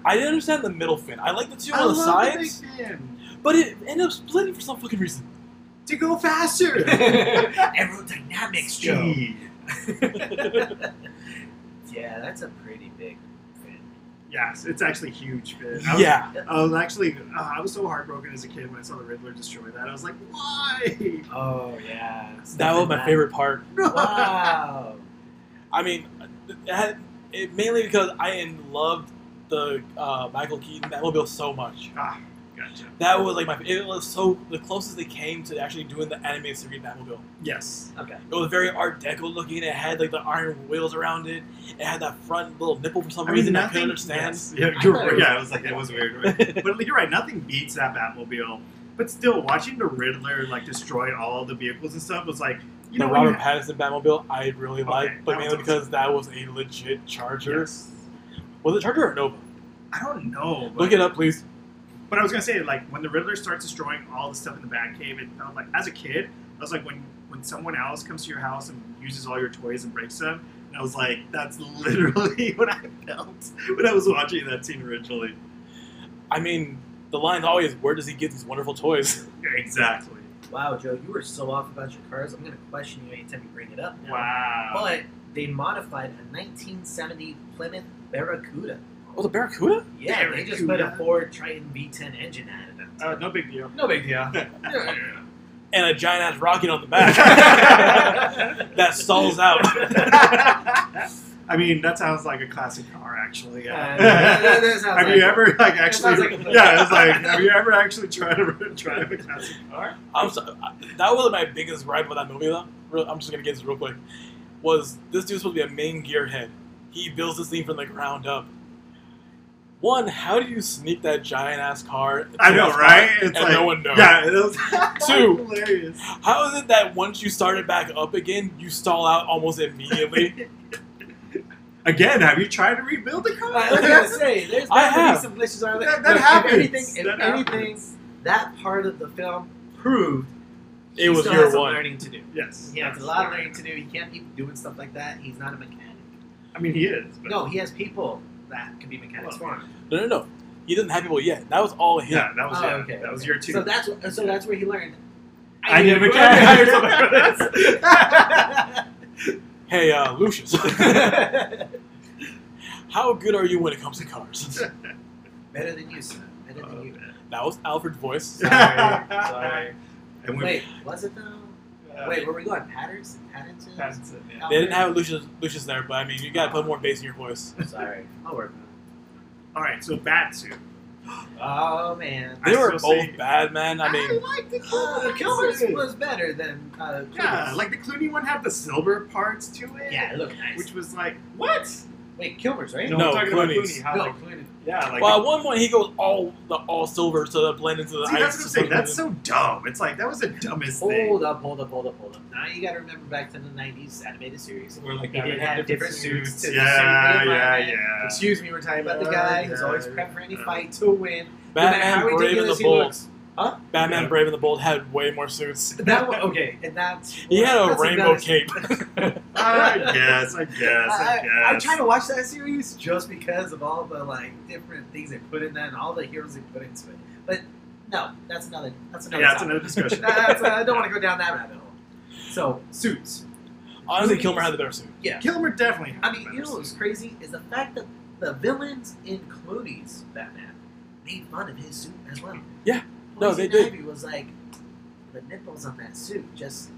[SPEAKER 1] I didn't understand the middle fin. I like the two
[SPEAKER 3] I
[SPEAKER 1] on the
[SPEAKER 3] love the
[SPEAKER 1] sides,
[SPEAKER 3] big fin
[SPEAKER 1] but it ended up splitting for some fucking
[SPEAKER 3] [laughs]
[SPEAKER 1] reason. [laughs]
[SPEAKER 3] to go faster.
[SPEAKER 2] Aerodynamics, Joe.
[SPEAKER 3] Speed.
[SPEAKER 2] Yeah, that's a pretty big fin.
[SPEAKER 3] Yes, it's actually huge fin. I was,
[SPEAKER 1] yeah,
[SPEAKER 3] I was actually uh, I was so heartbroken as a kid when I saw the Riddler destroy that. I was like, why? [laughs]
[SPEAKER 2] Oh yeah.
[SPEAKER 1] that was my favorite part.
[SPEAKER 2] Wow.
[SPEAKER 1] I mean, it had, it, mainly because I loved the uh, Michael Keaton Batmobile so much.
[SPEAKER 3] Ah, God. Gotcha.
[SPEAKER 1] That was like my. It was so the closest they came to actually doing the animated series Batmobile.
[SPEAKER 3] Yes.
[SPEAKER 2] Okay.
[SPEAKER 1] It was very Art Deco looking. It had like the iron wheels around it. It had that front little nipple for some
[SPEAKER 3] I mean,
[SPEAKER 1] reason I
[SPEAKER 3] nothing-
[SPEAKER 1] couldn't understand.
[SPEAKER 3] yes. Yeah,
[SPEAKER 2] I
[SPEAKER 3] [laughs] you're
[SPEAKER 2] thought it
[SPEAKER 3] right.
[SPEAKER 2] was-
[SPEAKER 3] yeah, I was like, it was weird. Right?
[SPEAKER 1] [laughs]
[SPEAKER 3] but you're right. Nothing beats that Batmobile. But still, watching the Riddler like destroy all the vehicles and stuff was like, you
[SPEAKER 1] the
[SPEAKER 3] know, when you
[SPEAKER 1] Robert Pattinson Batmobile I really
[SPEAKER 3] Okay,
[SPEAKER 1] liked, but
[SPEAKER 3] that
[SPEAKER 1] mainly
[SPEAKER 3] was
[SPEAKER 1] because that was a legit Charger.
[SPEAKER 3] Yes.
[SPEAKER 1] Was it Charger or Nova?
[SPEAKER 3] I don't know. But,
[SPEAKER 1] Look it up, please.
[SPEAKER 3] But I was gonna say, like, when the Riddler starts destroying all the stuff in the Batcave, it felt like, as a kid, I was like, when when someone else comes to your house and uses all your toys and breaks them, and I was like, that's [laughs] literally what I felt when I was watching that scene originally.
[SPEAKER 1] I mean, the line's always, "Where does he get these wonderful toys?" [laughs]
[SPEAKER 3] Exactly.
[SPEAKER 2] Wow, Joe, you were so off about your cars. I'm going to question you anytime you bring it up. now.
[SPEAKER 3] Wow.
[SPEAKER 2] But they modified a 1970 Plymouth Barracuda.
[SPEAKER 1] Oh, the Barracuda?
[SPEAKER 2] Yeah, they just put a
[SPEAKER 3] Barracuda?
[SPEAKER 2] Ford Triton V10 engine out of it.
[SPEAKER 3] uh, no big deal.
[SPEAKER 2] No big
[SPEAKER 3] [laughs]
[SPEAKER 2] deal. [laughs]
[SPEAKER 1] And a giant ass rocket on the back that stalls out. [laughs]
[SPEAKER 3] I mean, that sounds like a classic car, actually.
[SPEAKER 2] Uh,
[SPEAKER 3] Yeah.
[SPEAKER 2] that- that sounds
[SPEAKER 3] [laughs] have
[SPEAKER 2] like-
[SPEAKER 3] you ever like
[SPEAKER 2] that
[SPEAKER 3] actually?
[SPEAKER 2] sounds like a-
[SPEAKER 3] yeah, it's like have you ever actually tried to drive a [laughs] classic car?
[SPEAKER 1] I'm so, I- that was my biggest gripe with that movie, though. Real- I'm just gonna get this real quick. Was this dude's supposed to be a main gearhead? He builds this thing from the ground up. One, how do you sneak that giant ass car?
[SPEAKER 3] I
[SPEAKER 1] to
[SPEAKER 3] know,
[SPEAKER 1] a spot
[SPEAKER 3] right? It's
[SPEAKER 1] and
[SPEAKER 3] like
[SPEAKER 1] no one knows.
[SPEAKER 3] yeah,
[SPEAKER 2] [laughs]
[SPEAKER 3] it was
[SPEAKER 1] Two.
[SPEAKER 3] hilarious.
[SPEAKER 1] How is it that once you start it back up again, you stall out almost immediately?
[SPEAKER 2] [laughs]
[SPEAKER 3] Again, have you tried to rebuild the car?
[SPEAKER 2] I
[SPEAKER 3] [laughs]
[SPEAKER 2] was gonna say, there's
[SPEAKER 1] I
[SPEAKER 2] bound to
[SPEAKER 1] have.
[SPEAKER 2] be some glitches out there.
[SPEAKER 3] That- that
[SPEAKER 2] If
[SPEAKER 3] happens.
[SPEAKER 2] anything, if
[SPEAKER 3] That
[SPEAKER 2] anything,
[SPEAKER 3] happens.
[SPEAKER 2] that part of the film proved
[SPEAKER 1] It
[SPEAKER 2] he
[SPEAKER 1] was
[SPEAKER 2] still
[SPEAKER 1] year
[SPEAKER 2] has some
[SPEAKER 1] one.
[SPEAKER 2] learning to do.
[SPEAKER 3] yes,
[SPEAKER 2] He has a lot of learning to do. He can't keep doing stuff like that. He's not a mechanic.
[SPEAKER 3] I mean, he is. But
[SPEAKER 2] No, he has people that can be mechanics
[SPEAKER 3] Well,
[SPEAKER 2] for him.
[SPEAKER 1] No, no, no. He didn't have people yet. That was all him.
[SPEAKER 3] yeah, that was
[SPEAKER 2] Oh,
[SPEAKER 3] yeah,
[SPEAKER 2] okay,
[SPEAKER 3] that was
[SPEAKER 2] okay.
[SPEAKER 3] your two.
[SPEAKER 2] So that's wh- so that's where he
[SPEAKER 3] [laughs]
[SPEAKER 2] learned.
[SPEAKER 3] I need a
[SPEAKER 2] need [laughs]
[SPEAKER 3] mechanic.
[SPEAKER 2] I need a
[SPEAKER 3] [laughs]
[SPEAKER 1] Hey, uh, Lucius,
[SPEAKER 2] mechanic.
[SPEAKER 1] how good are you when it comes to
[SPEAKER 2] [laughs]
[SPEAKER 1] cars?
[SPEAKER 3] [laughs]
[SPEAKER 2] Better than you, son. Better than you.
[SPEAKER 1] That was Alfred's
[SPEAKER 3] [laughs]
[SPEAKER 1] voice.
[SPEAKER 2] [laughs]
[SPEAKER 3] Oh,
[SPEAKER 2] Sorry, sorry.
[SPEAKER 3] and we,
[SPEAKER 2] Wait, was it though?
[SPEAKER 3] uh,
[SPEAKER 2] Wait, were we going Patterson? Patterson?
[SPEAKER 3] Pattinson, yeah.
[SPEAKER 1] They didn't have Lucius, Lucius there, but I mean, you gotta put more bass in your voice.
[SPEAKER 2] Sorry, I'll work on it.
[SPEAKER 3] All right, so Batsuit.
[SPEAKER 2] Oh man.
[SPEAKER 3] I
[SPEAKER 1] They were
[SPEAKER 3] still
[SPEAKER 1] both
[SPEAKER 3] say-
[SPEAKER 1] bad, man. I mean,
[SPEAKER 3] like Oh,
[SPEAKER 2] Uh,
[SPEAKER 3] the
[SPEAKER 2] the Killers was better than uh,
[SPEAKER 3] Yeah,
[SPEAKER 2] Kilmer's.
[SPEAKER 3] like the Clooney one had the silver parts to it.
[SPEAKER 2] yeah, it looked nice.
[SPEAKER 3] Which was like, what?
[SPEAKER 2] Wait, Kilmer's right?
[SPEAKER 1] No,
[SPEAKER 3] I'm talking about
[SPEAKER 1] Clooney's.
[SPEAKER 3] Clooney. How,
[SPEAKER 2] no
[SPEAKER 3] like,
[SPEAKER 2] Clooney.
[SPEAKER 3] yeah, [laughs] like.
[SPEAKER 1] well, at one point he goes all the all silver, so that blend into the.
[SPEAKER 3] see, that's
[SPEAKER 1] ice.
[SPEAKER 3] what I'm saying. That's so dumb. It's like, that was the dumbest thing.
[SPEAKER 2] Hold up, hold up, hold up, hold up. Now you gotta remember back to the '90s animated series.
[SPEAKER 1] We're like
[SPEAKER 2] They did have different suits. to the
[SPEAKER 3] Yeah,
[SPEAKER 2] suit they
[SPEAKER 3] yeah,
[SPEAKER 2] wanted.
[SPEAKER 3] yeah.
[SPEAKER 2] Excuse me, we're talking about the
[SPEAKER 3] Yeah,
[SPEAKER 2] guy who's
[SPEAKER 3] yeah,
[SPEAKER 2] always
[SPEAKER 3] yeah.
[SPEAKER 2] prepped for any fight to win.
[SPEAKER 1] Batman
[SPEAKER 2] how
[SPEAKER 1] Brave and the
[SPEAKER 2] ridiculous he
[SPEAKER 1] Bold.
[SPEAKER 2] looks. Huh?
[SPEAKER 1] Batman
[SPEAKER 3] Yeah.
[SPEAKER 1] Brave and the Bold had way more
[SPEAKER 3] [laughs]
[SPEAKER 1] suits.
[SPEAKER 2] That one, okay, and that's
[SPEAKER 1] He had a
[SPEAKER 2] that's
[SPEAKER 1] rainbow
[SPEAKER 2] another-
[SPEAKER 1] cape. [laughs]
[SPEAKER 3] I guess, I guess, I, guess.
[SPEAKER 2] I, I try Uh, to watch that series just because of all the like different things they put in that and all the heroes they put into it. But no, that's another. That's another.
[SPEAKER 3] Yeah, it's
[SPEAKER 2] topic.
[SPEAKER 3] another
[SPEAKER 2] [laughs]
[SPEAKER 3] discussion.
[SPEAKER 2] That's- uh, I don't want to go down that rabbit hole. So suits.
[SPEAKER 1] Honestly, Kilmer had the better suit.
[SPEAKER 2] Yeah.
[SPEAKER 3] Kilmer definitely. had
[SPEAKER 2] I
[SPEAKER 3] the
[SPEAKER 2] mean,
[SPEAKER 3] better
[SPEAKER 2] you know what was
[SPEAKER 3] suit.
[SPEAKER 2] crazy is the fact that the villains in Clooney's Batman made fun of his suit as well.
[SPEAKER 1] Yeah. No,
[SPEAKER 2] Poison
[SPEAKER 1] they did.
[SPEAKER 2] Ivy was like the nipples on that suit just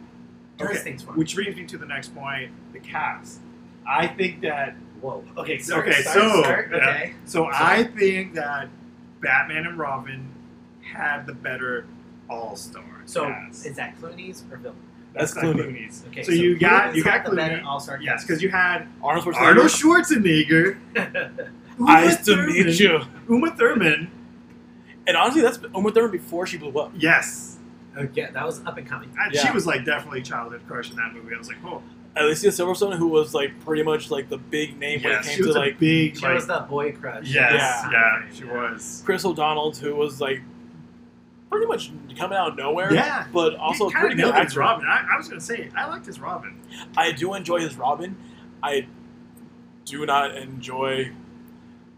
[SPEAKER 2] does
[SPEAKER 3] Okay,
[SPEAKER 2] things for me.
[SPEAKER 3] Which brings me to the next point: the cast. I think that
[SPEAKER 2] Whoa. Okay. Start,
[SPEAKER 3] Okay,
[SPEAKER 2] Start,
[SPEAKER 3] so,
[SPEAKER 2] start,
[SPEAKER 3] yeah.
[SPEAKER 2] okay.
[SPEAKER 3] So I think that Batman and Robin had the better All Star.
[SPEAKER 2] So
[SPEAKER 3] cast.
[SPEAKER 2] is that Clooney's or Bill?
[SPEAKER 1] That's
[SPEAKER 3] not
[SPEAKER 1] Clooney.
[SPEAKER 3] Clooney's.
[SPEAKER 2] Okay.
[SPEAKER 3] So you got- you
[SPEAKER 2] Clooney's
[SPEAKER 3] got
[SPEAKER 2] got the better
[SPEAKER 3] Clooney.
[SPEAKER 2] All Star.
[SPEAKER 3] Yes, because you had
[SPEAKER 1] Arnold Schwarzenegger.
[SPEAKER 3] Arnold Schwarzenegger.
[SPEAKER 2] [laughs]
[SPEAKER 3] Uma
[SPEAKER 1] Nice to
[SPEAKER 3] Thurman-
[SPEAKER 1] meet you.
[SPEAKER 3] Uma Thurman.
[SPEAKER 1] And honestly, that's Uma Thurman before she blew up.
[SPEAKER 3] Yes,
[SPEAKER 2] yeah, that was up and coming.
[SPEAKER 3] And she
[SPEAKER 1] Yeah.
[SPEAKER 3] was like definitely a childhood crush in that movie. I was like, oh,
[SPEAKER 1] Alicia Silverstone, who was like pretty much like the big name when it
[SPEAKER 3] yes,
[SPEAKER 1] came
[SPEAKER 3] she was
[SPEAKER 1] to
[SPEAKER 3] a
[SPEAKER 1] like
[SPEAKER 3] big.
[SPEAKER 2] She
[SPEAKER 3] Like,
[SPEAKER 2] was the boy crush.
[SPEAKER 3] yes,
[SPEAKER 1] Yeah.
[SPEAKER 3] yeah, she
[SPEAKER 2] Yeah.
[SPEAKER 3] was.
[SPEAKER 1] Chris O'Donnell, who was like pretty much coming out of nowhere.
[SPEAKER 3] Yeah.
[SPEAKER 1] But also a
[SPEAKER 3] he kinda
[SPEAKER 1] pretty good
[SPEAKER 3] nailed it as
[SPEAKER 1] actor.
[SPEAKER 3] Robin. I, I was gonna say I liked his Robin.
[SPEAKER 1] I do enjoy his Robin. I do not enjoy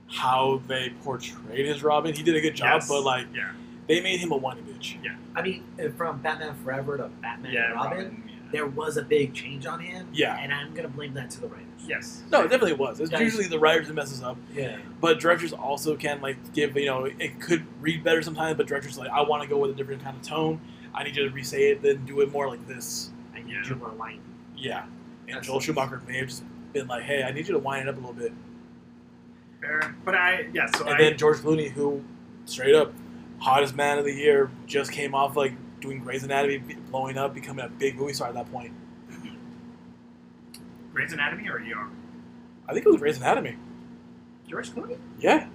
[SPEAKER 1] how they portrayed his Robin. He did a good job,
[SPEAKER 3] Yes.
[SPEAKER 1] but like
[SPEAKER 3] yeah,
[SPEAKER 1] they made him a whiny bitch.
[SPEAKER 2] I mean, uh, from Batman Forever to Batman
[SPEAKER 3] yeah,
[SPEAKER 2] and Robin,
[SPEAKER 3] yeah.
[SPEAKER 2] there was a big change on him.
[SPEAKER 1] Yeah.
[SPEAKER 2] And I'm gonna blame that to the writers.
[SPEAKER 3] Yes.
[SPEAKER 1] No, it definitely was. It's
[SPEAKER 2] Yeah.
[SPEAKER 1] usually the writers that messes up,
[SPEAKER 2] Yeah.
[SPEAKER 1] but directors also can like give you know it could read better sometimes. But directors are like I want to go with a different kind of tone. I need you to re-say it, then do it more like this.
[SPEAKER 2] I need
[SPEAKER 3] Yeah.
[SPEAKER 2] you to rewind.
[SPEAKER 1] Yeah, and
[SPEAKER 2] That's
[SPEAKER 1] Joel
[SPEAKER 2] nice.
[SPEAKER 1] Schumacher may have just been like, hey, I need you to wind it up a little bit.
[SPEAKER 3] Fair. But I yeah. So
[SPEAKER 1] and
[SPEAKER 3] I
[SPEAKER 1] then George Clooney, who straight up hottest man of the year, just came off like doing Grey's Anatomy, be- blowing up, becoming a big movie star at that point.
[SPEAKER 3] Grey's Anatomy or ER?
[SPEAKER 1] I think it was Grey's Anatomy.
[SPEAKER 2] George Clooney?
[SPEAKER 1] Yeah,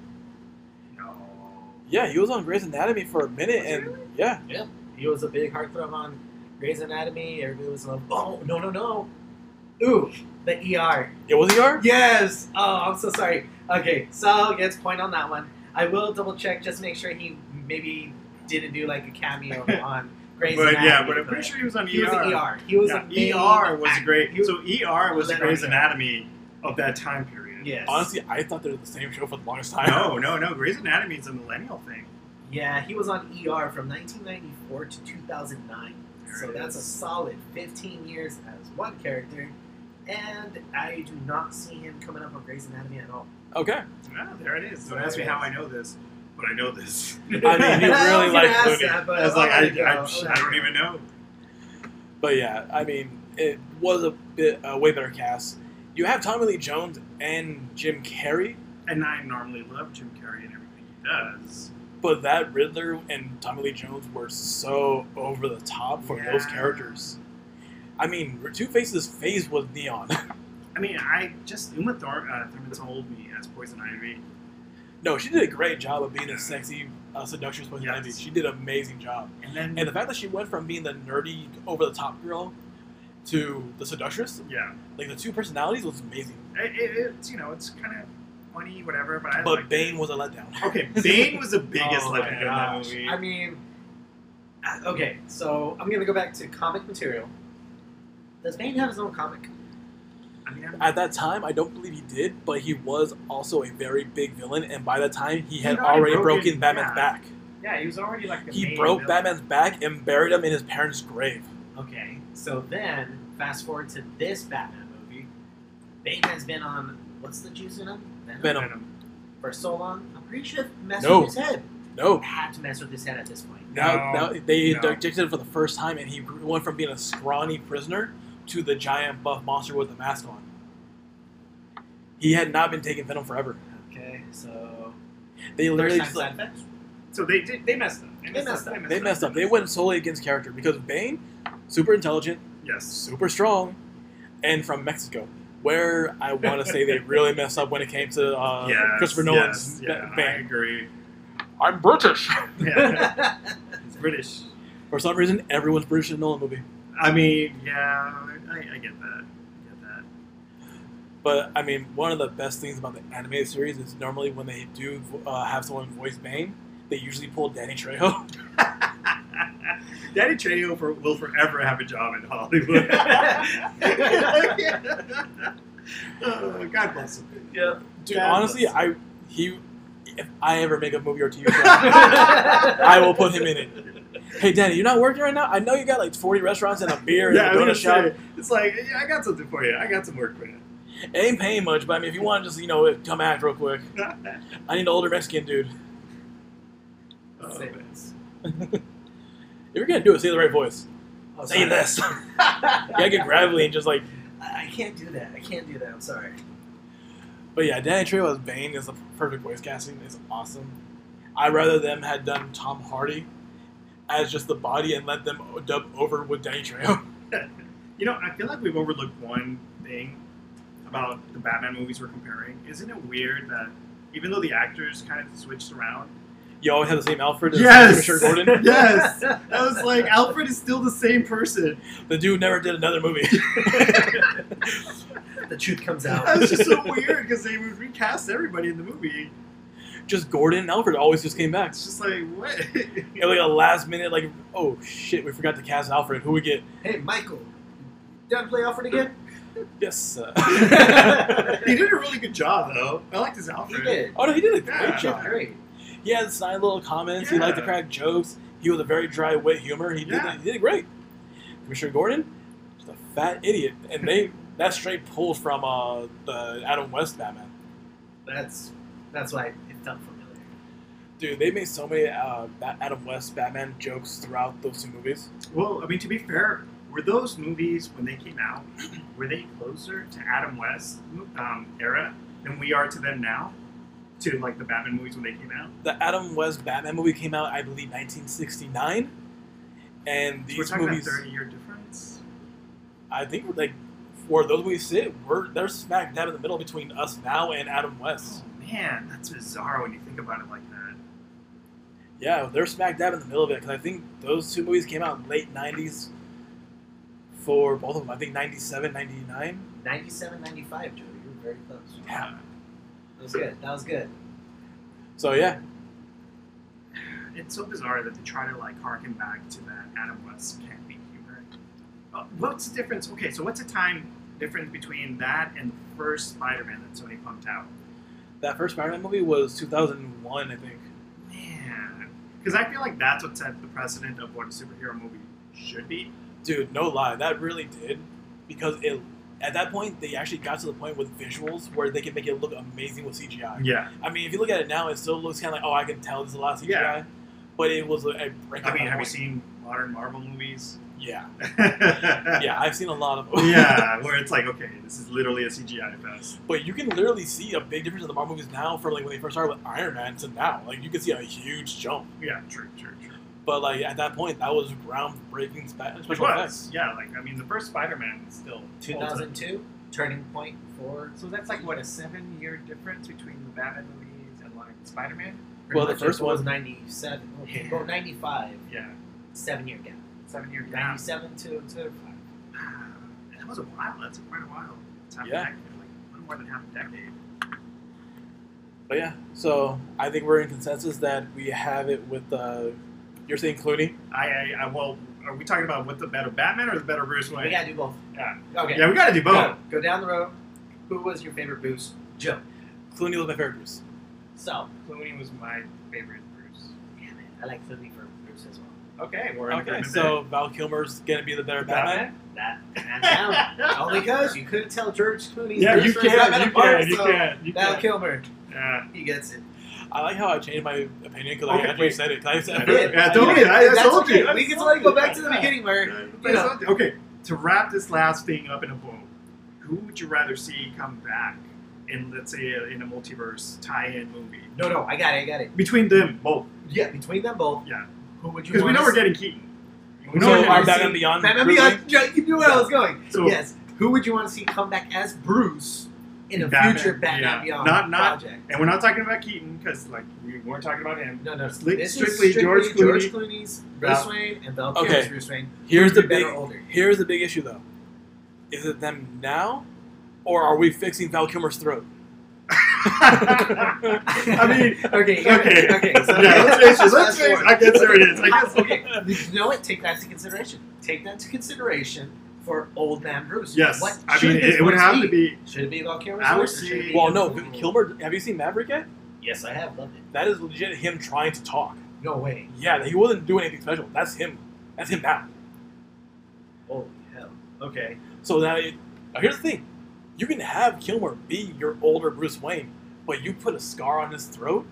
[SPEAKER 3] No.
[SPEAKER 1] yeah, he was on Grey's Anatomy for a minute,
[SPEAKER 3] Was he
[SPEAKER 1] and
[SPEAKER 3] really?
[SPEAKER 1] yeah,
[SPEAKER 2] He was a big heartthrob on Grey's Anatomy. Everybody was like, oh, no, no, no. Ooh, the ER.
[SPEAKER 1] it was ER.
[SPEAKER 2] Yes. Oh, I'm so sorry. Okay, so gets point on that one. I will double check just make sure he maybe didn't do like a
[SPEAKER 3] [laughs]
[SPEAKER 2] cameo on Grey's
[SPEAKER 3] But
[SPEAKER 2] Anatomy.
[SPEAKER 3] yeah, but I'm pretty sure he was on
[SPEAKER 2] he
[SPEAKER 3] ER.
[SPEAKER 2] was an ER. He was a main
[SPEAKER 3] Yeah, ER was a
[SPEAKER 2] actor.
[SPEAKER 3] great.
[SPEAKER 2] He was,
[SPEAKER 3] So ER was the
[SPEAKER 2] Then
[SPEAKER 3] Grey's
[SPEAKER 2] on ER.
[SPEAKER 3] Anatomy of that time period.
[SPEAKER 2] yes.
[SPEAKER 1] Honestly, I thought they were the same show for the longest time.
[SPEAKER 3] No, no, no. Grey's Anatomy is a millennial thing.
[SPEAKER 2] Yeah, he was on ER from 1994 to 2009.
[SPEAKER 3] There
[SPEAKER 2] So
[SPEAKER 3] it
[SPEAKER 2] that's a
[SPEAKER 3] is.
[SPEAKER 2] solid 15 years as one character. And I do not see him coming up on Grey's Anatomy at all.
[SPEAKER 1] [laughs] Okay,
[SPEAKER 3] Yeah, there it is. Don't
[SPEAKER 2] There
[SPEAKER 3] ask me
[SPEAKER 2] it
[SPEAKER 3] how
[SPEAKER 2] is.
[SPEAKER 3] I know this, but [laughs] I know this.
[SPEAKER 1] I mean, you
[SPEAKER 2] And [laughs] I
[SPEAKER 1] really
[SPEAKER 2] was gonna
[SPEAKER 1] like
[SPEAKER 2] ask
[SPEAKER 1] Clooney.
[SPEAKER 2] that, but
[SPEAKER 3] I was
[SPEAKER 2] I'll
[SPEAKER 3] like,
[SPEAKER 2] let
[SPEAKER 3] I,
[SPEAKER 2] it go.
[SPEAKER 3] I,
[SPEAKER 2] I'll
[SPEAKER 3] I
[SPEAKER 2] let it
[SPEAKER 3] don't
[SPEAKER 2] go.
[SPEAKER 3] even know.
[SPEAKER 1] but yeah, I mean, it was a bit a way better cast. You have Tommy Lee Jones and Jim Carrey,
[SPEAKER 3] And I normally love Jim Carrey and everything he does.
[SPEAKER 1] but that Riddler and Tommy Lee Jones were so over the top for those
[SPEAKER 3] Yeah.
[SPEAKER 1] characters. I mean, Two Face's face was neon. [laughs]
[SPEAKER 3] I mean, I just Uma Thur- uh, Thurman told me as Poison Ivy.
[SPEAKER 1] no, she did a great job of being a sexy uh, seductress. Poison
[SPEAKER 3] Yes.
[SPEAKER 1] Ivy. She did an amazing job.
[SPEAKER 3] And then,
[SPEAKER 1] And the fact that she went from being the nerdy, over the top girl to the seductress,
[SPEAKER 3] yeah,
[SPEAKER 1] like the two personalities, was amazing.
[SPEAKER 3] it, it, it's you know, it's kind of funny, whatever. But I
[SPEAKER 1] But
[SPEAKER 3] liked
[SPEAKER 1] Bane was a letdown. [laughs]
[SPEAKER 3] it. Okay, Bane was the biggest
[SPEAKER 2] oh my
[SPEAKER 3] letdown in that
[SPEAKER 2] gosh.
[SPEAKER 3] movie.
[SPEAKER 2] I mean, uh, okay, so I'm gonna go back to comic material. Does Bane have his own comic?
[SPEAKER 3] I mean, I'm-
[SPEAKER 1] At that time, I don't believe he did, but he was also a very big villain, and by that time, he had
[SPEAKER 3] He'd already
[SPEAKER 1] already
[SPEAKER 3] broken-
[SPEAKER 1] broken Batman's
[SPEAKER 3] yeah.
[SPEAKER 1] back.
[SPEAKER 3] yeah, he was already like the
[SPEAKER 1] He
[SPEAKER 3] main
[SPEAKER 1] broke
[SPEAKER 3] villain.
[SPEAKER 1] Batman's back and buried him in his parents' grave.
[SPEAKER 2] Okay, so then fast forward to this Batman movie. Bane has been on what's the juice in him?
[SPEAKER 1] Venom.
[SPEAKER 2] for so long. I'm pretty sure it messed
[SPEAKER 1] No.
[SPEAKER 2] with his head.
[SPEAKER 1] No.
[SPEAKER 2] Had to mess with his head at this point.
[SPEAKER 1] Now,
[SPEAKER 3] No,
[SPEAKER 1] now they
[SPEAKER 3] no.
[SPEAKER 1] injected him for the first time, and he went from being a scrawny prisoner to the giant buff monster with the mask on. He had not been taking Venom forever.
[SPEAKER 2] Okay, so
[SPEAKER 1] They
[SPEAKER 2] first
[SPEAKER 1] literally
[SPEAKER 2] time
[SPEAKER 1] just like,
[SPEAKER 2] side effects.
[SPEAKER 3] So they did. They messed up.
[SPEAKER 2] They messed up.
[SPEAKER 1] they messed up. They went solely against character because Bane, super intelligent,
[SPEAKER 3] Yes.
[SPEAKER 1] super strong, and from Mexico, where I want to say
[SPEAKER 3] [laughs]
[SPEAKER 1] they really messed up when it came to uh,
[SPEAKER 3] yes.
[SPEAKER 1] Christopher
[SPEAKER 3] yes,
[SPEAKER 1] Nolan's
[SPEAKER 3] yeah,
[SPEAKER 1] ba-
[SPEAKER 3] I
[SPEAKER 1] Bane. [laughs]
[SPEAKER 3] agree.
[SPEAKER 1] I'm British. [laughs]
[SPEAKER 3] Yeah, it's British.
[SPEAKER 1] For some reason, everyone's British in a Nolan movie.
[SPEAKER 3] I mean, yeah, I, I get that. I get that.
[SPEAKER 1] But I mean, one of the best things about the animated series is normally when they do uh, have someone voice Bane, they usually pull Danny Trejo. [laughs]
[SPEAKER 3] Danny Trejo for, will forever have a job in
[SPEAKER 1] [laughs]
[SPEAKER 3] Hollywood. [laughs]
[SPEAKER 2] [laughs]
[SPEAKER 3] Oh, God bless him.
[SPEAKER 2] yeah.
[SPEAKER 1] Dude,
[SPEAKER 3] God
[SPEAKER 1] honestly,
[SPEAKER 3] bless
[SPEAKER 1] I he if I ever make a movie or
[SPEAKER 3] [laughs]
[SPEAKER 1] TV show, I
[SPEAKER 2] I
[SPEAKER 1] will put him in it. Hey Danny, you're not working right now. I know you got like 40 restaurants and a beer and
[SPEAKER 3] Yeah,
[SPEAKER 1] a
[SPEAKER 3] I
[SPEAKER 1] donut
[SPEAKER 3] was
[SPEAKER 1] shop.
[SPEAKER 3] gonna say, it's like yeah, I got something for you. I got some work for you. [laughs]
[SPEAKER 1] It ain't paying much, but I mean, if you want to just you know come act real quick, I need an older Mexican dude.
[SPEAKER 3] Oh,
[SPEAKER 2] Say
[SPEAKER 3] man.
[SPEAKER 2] this.
[SPEAKER 1] If you're gonna do it, say the right voice.
[SPEAKER 2] Oh,
[SPEAKER 1] Say
[SPEAKER 2] sorry. [laughs]
[SPEAKER 1] this. you
[SPEAKER 2] I
[SPEAKER 1] gotta get gravelly and just like.
[SPEAKER 2] I can't do that. I can't do that. I'm sorry.
[SPEAKER 1] But yeah, Danny Trejo as Bane is the perfect voice casting. It's awesome. I would rather them had done Tom Hardy as just the body and let them dub over with Danny Trejo. [laughs]
[SPEAKER 3] you know, I feel like we've overlooked one thing about the Batman movies we're comparing. Isn't it weird that even though the actors kind of switched around,
[SPEAKER 1] You always have the same Alfred as Commissioner Gordon.
[SPEAKER 3] yes. I was like, Alfred is still the same person.
[SPEAKER 1] The dude never did another movie.
[SPEAKER 2] [laughs]
[SPEAKER 1] [laughs]
[SPEAKER 2] the truth comes
[SPEAKER 3] [laughs] That
[SPEAKER 2] out.
[SPEAKER 3] was just so weird because they would recast everybody in the movie.
[SPEAKER 1] just Gordon and Alfred always just came back.
[SPEAKER 3] It's just like what?
[SPEAKER 1] It was like a last minute, like oh shit, we forgot to cast Alfred. Who we get?
[SPEAKER 2] hey, Michael, did I play Alfred again?
[SPEAKER 1] Yes. Uh,
[SPEAKER 3] [laughs] [laughs] he did a really good job though. I liked his Alfred.
[SPEAKER 2] He did.
[SPEAKER 1] [laughs] oh no, he did a great
[SPEAKER 3] Yeah.
[SPEAKER 2] He did
[SPEAKER 1] job.
[SPEAKER 2] great.
[SPEAKER 1] He had snide little comments. He liked to
[SPEAKER 3] Yeah.
[SPEAKER 1] crack jokes. He was a very dry wit humor. He did
[SPEAKER 3] Yeah.
[SPEAKER 1] it, he did it great. Commissioner Gordon, just a fat idiot, and they that straight pulled from uh, the Adam West Batman.
[SPEAKER 2] That's that's why it felt familiar.
[SPEAKER 1] Dude, they made so many uh, Ba- Adam West Batman jokes throughout those two movies.
[SPEAKER 3] Well, I mean, to be fair, were those movies when they came out, [clears throat] were they closer to Adam West um, era than we are to them now? to like the Batman movies when they came out.
[SPEAKER 1] The Adam West Batman movie came out, I believe, 1969, and
[SPEAKER 3] We're
[SPEAKER 1] these
[SPEAKER 3] talking
[SPEAKER 1] movies,
[SPEAKER 3] about 30 year difference.
[SPEAKER 1] I think, like where those movies sit, we're they're smack dab in the middle between us now and Adam West.
[SPEAKER 3] Oh man, that's bizarre when you think about it like that.
[SPEAKER 1] Yeah, they're smack dab in the middle of it because I think those two movies came out in late 90s for both of them. I think 97, 99.
[SPEAKER 2] 97, 95, Joe. You were very close.
[SPEAKER 1] Yeah.
[SPEAKER 2] That was good. That was good.
[SPEAKER 1] So yeah,
[SPEAKER 3] It's so bizarre that they try to like harken back to that Adam West can't be humor. Uh, what's the difference? Okay, so what's the time difference between that and the first Spider-Man that Sony pumped out?
[SPEAKER 1] that first Spider-Man movie was 2001, I think.
[SPEAKER 3] Man, because I feel like that's what set the precedent of what a superhero movie should be.
[SPEAKER 1] Dude, no lie, that really did because it at that point they actually got to the point with visuals where they can make it look amazing with CGI.
[SPEAKER 3] Yeah,
[SPEAKER 1] I mean, if you look at it now, it still looks kind of like oh, I can tell this is a lot of CGI,
[SPEAKER 3] Yeah.
[SPEAKER 1] but it was a, a
[SPEAKER 3] I
[SPEAKER 1] breakout.
[SPEAKER 3] mean, have you
[SPEAKER 1] point.
[SPEAKER 3] seen modern Marvel movies?
[SPEAKER 1] Yeah,
[SPEAKER 3] yeah.
[SPEAKER 1] yeah, I've seen a lot of them.
[SPEAKER 3] [laughs] yeah, where it's like, okay, this is literally a CGI fest.
[SPEAKER 1] But you can literally see a big difference in the Marvel movies now from like when they first started with Iron Man to now. Like you can see a huge jump.
[SPEAKER 3] Yeah, true, true, true.
[SPEAKER 1] But like at that point, that was groundbreaking spe-
[SPEAKER 3] Which
[SPEAKER 1] special
[SPEAKER 3] was,
[SPEAKER 1] effects.
[SPEAKER 3] yeah, like I mean, the first Spider-Man is still
[SPEAKER 2] 2002, turning point for.
[SPEAKER 4] So that's like what a seven-year difference between the Batman movies and like Spider-Man.
[SPEAKER 2] pretty
[SPEAKER 1] Well, the
[SPEAKER 2] much
[SPEAKER 1] first
[SPEAKER 2] it was
[SPEAKER 1] one-
[SPEAKER 2] 97. Okay.
[SPEAKER 3] Yeah.
[SPEAKER 2] Well, 95,
[SPEAKER 3] Yeah, [sighs]
[SPEAKER 2] seven year gap.
[SPEAKER 4] Seven-year gap.
[SPEAKER 2] 97 to, to
[SPEAKER 3] that was a while. That's quite a while. It's half a
[SPEAKER 1] Yeah.
[SPEAKER 3] decade, like a little more than half a decade.
[SPEAKER 1] But yeah, so I think we're in consensus that we have it with uh, you're saying Clooney.
[SPEAKER 3] I, I, I, well, are we talking about what's the better Batman or the better Bruce Wayne?
[SPEAKER 2] We gotta do both.
[SPEAKER 3] Yeah.
[SPEAKER 2] Okay.
[SPEAKER 3] Yeah, we gotta do both.
[SPEAKER 2] Go, go down the road. Who was your favorite boost? Joe.
[SPEAKER 1] Clooney was my favorite Bruce.
[SPEAKER 2] So.
[SPEAKER 3] Clooney was my favorite Bruce.
[SPEAKER 2] Damn it. I like Clooney for Bruce as well.
[SPEAKER 3] Okay, we're in
[SPEAKER 1] Okay,
[SPEAKER 3] agreement
[SPEAKER 1] so Val Kilmer's gonna be the better
[SPEAKER 3] there.
[SPEAKER 1] Batman.
[SPEAKER 2] That. hands down. [laughs]
[SPEAKER 3] Batman?
[SPEAKER 2] Only because you couldn't tell George Clooney.
[SPEAKER 3] yeah, you
[SPEAKER 2] Bruce was Batman
[SPEAKER 3] can, you
[SPEAKER 2] apart,
[SPEAKER 3] can, you
[SPEAKER 2] so
[SPEAKER 3] can, you
[SPEAKER 2] Val
[SPEAKER 3] can.
[SPEAKER 2] Kilmer.
[SPEAKER 3] Yeah.
[SPEAKER 2] He gets it.
[SPEAKER 1] I like how I changed my opinion because
[SPEAKER 3] Okay,
[SPEAKER 1] I actually
[SPEAKER 3] wait.
[SPEAKER 1] said it. 'cause I
[SPEAKER 3] Yeah,
[SPEAKER 1] said
[SPEAKER 2] did.
[SPEAKER 3] yeah,
[SPEAKER 1] I
[SPEAKER 3] don't
[SPEAKER 1] did.
[SPEAKER 3] worry, I, I
[SPEAKER 2] That's
[SPEAKER 3] told
[SPEAKER 2] okay.
[SPEAKER 3] you. I
[SPEAKER 2] We can
[SPEAKER 3] told
[SPEAKER 2] like go
[SPEAKER 3] you.
[SPEAKER 2] back to the
[SPEAKER 3] Yeah.
[SPEAKER 2] beginning where
[SPEAKER 3] That's
[SPEAKER 2] know.
[SPEAKER 3] something. Okay, to wrap this last thing up in a bow, who would you rather see come back in, let's say, in a multiverse tie-in movie?
[SPEAKER 2] no, no, I got it, I got it.
[SPEAKER 3] Between them both,
[SPEAKER 2] Yeah, between them both.
[SPEAKER 3] Yeah.
[SPEAKER 2] Who would you?
[SPEAKER 3] because we
[SPEAKER 2] wanna
[SPEAKER 3] know we're
[SPEAKER 2] see-
[SPEAKER 3] getting Keaton. We
[SPEAKER 1] So
[SPEAKER 3] know we're
[SPEAKER 1] our
[SPEAKER 3] getting
[SPEAKER 1] Batman Beyond.
[SPEAKER 2] Batman
[SPEAKER 1] Bruce
[SPEAKER 2] Beyond.
[SPEAKER 1] Wayne?
[SPEAKER 2] Yeah, you knew where I was going.
[SPEAKER 3] So
[SPEAKER 2] yes. Who would you want to see come back as Bruce in a
[SPEAKER 3] Batman,
[SPEAKER 2] future Batman
[SPEAKER 3] yeah.
[SPEAKER 2] Beyond
[SPEAKER 3] Not- not-
[SPEAKER 2] project?
[SPEAKER 3] And we're not talking about Keaton because, like, we weren't talking about him.
[SPEAKER 2] No, no. This
[SPEAKER 3] Sli-
[SPEAKER 2] is
[SPEAKER 3] strictly George
[SPEAKER 2] George Clooney's Bruce
[SPEAKER 3] Val-
[SPEAKER 2] Wayne and Val
[SPEAKER 1] Okay.
[SPEAKER 2] Kilmer's Bruce Wayne.
[SPEAKER 1] Here's
[SPEAKER 2] Who'd
[SPEAKER 1] the
[SPEAKER 2] be better
[SPEAKER 1] big.
[SPEAKER 2] older.
[SPEAKER 1] Here's the big issue though. Is it them now, or are we fixing Val Kilmer's
[SPEAKER 2] [laughs]
[SPEAKER 1] throat?
[SPEAKER 3] I mean,
[SPEAKER 2] okay, yeah,
[SPEAKER 3] [laughs] okay,
[SPEAKER 2] okay. So
[SPEAKER 3] yeah, let's face it.
[SPEAKER 2] fast
[SPEAKER 3] Let's face it.
[SPEAKER 2] forward.
[SPEAKER 3] I guess there it is. I guess. [laughs]
[SPEAKER 2] okay. You know what? Take that into consideration. Take that into consideration for old man Bruce.
[SPEAKER 3] Yes,
[SPEAKER 2] What
[SPEAKER 3] I
[SPEAKER 2] should
[SPEAKER 3] mean,
[SPEAKER 2] this
[SPEAKER 3] it, it would
[SPEAKER 2] Bruce
[SPEAKER 3] have to be.
[SPEAKER 2] Should it be Val Kilmer's
[SPEAKER 3] I would
[SPEAKER 2] voice or should it
[SPEAKER 3] say-
[SPEAKER 2] be-
[SPEAKER 1] Well, no, Kilmer. Have you seen Maverick yet?
[SPEAKER 2] Yes, I have loved it.
[SPEAKER 1] That is legit him trying to talk.
[SPEAKER 2] No way.
[SPEAKER 1] Yeah, he wasn't doing anything special. That's him. That's him now.
[SPEAKER 2] Holy hell. Okay.
[SPEAKER 1] So now, it, now here's the thing: you can have Kilmer be your older Bruce Wayne, but you put a scar on his throat,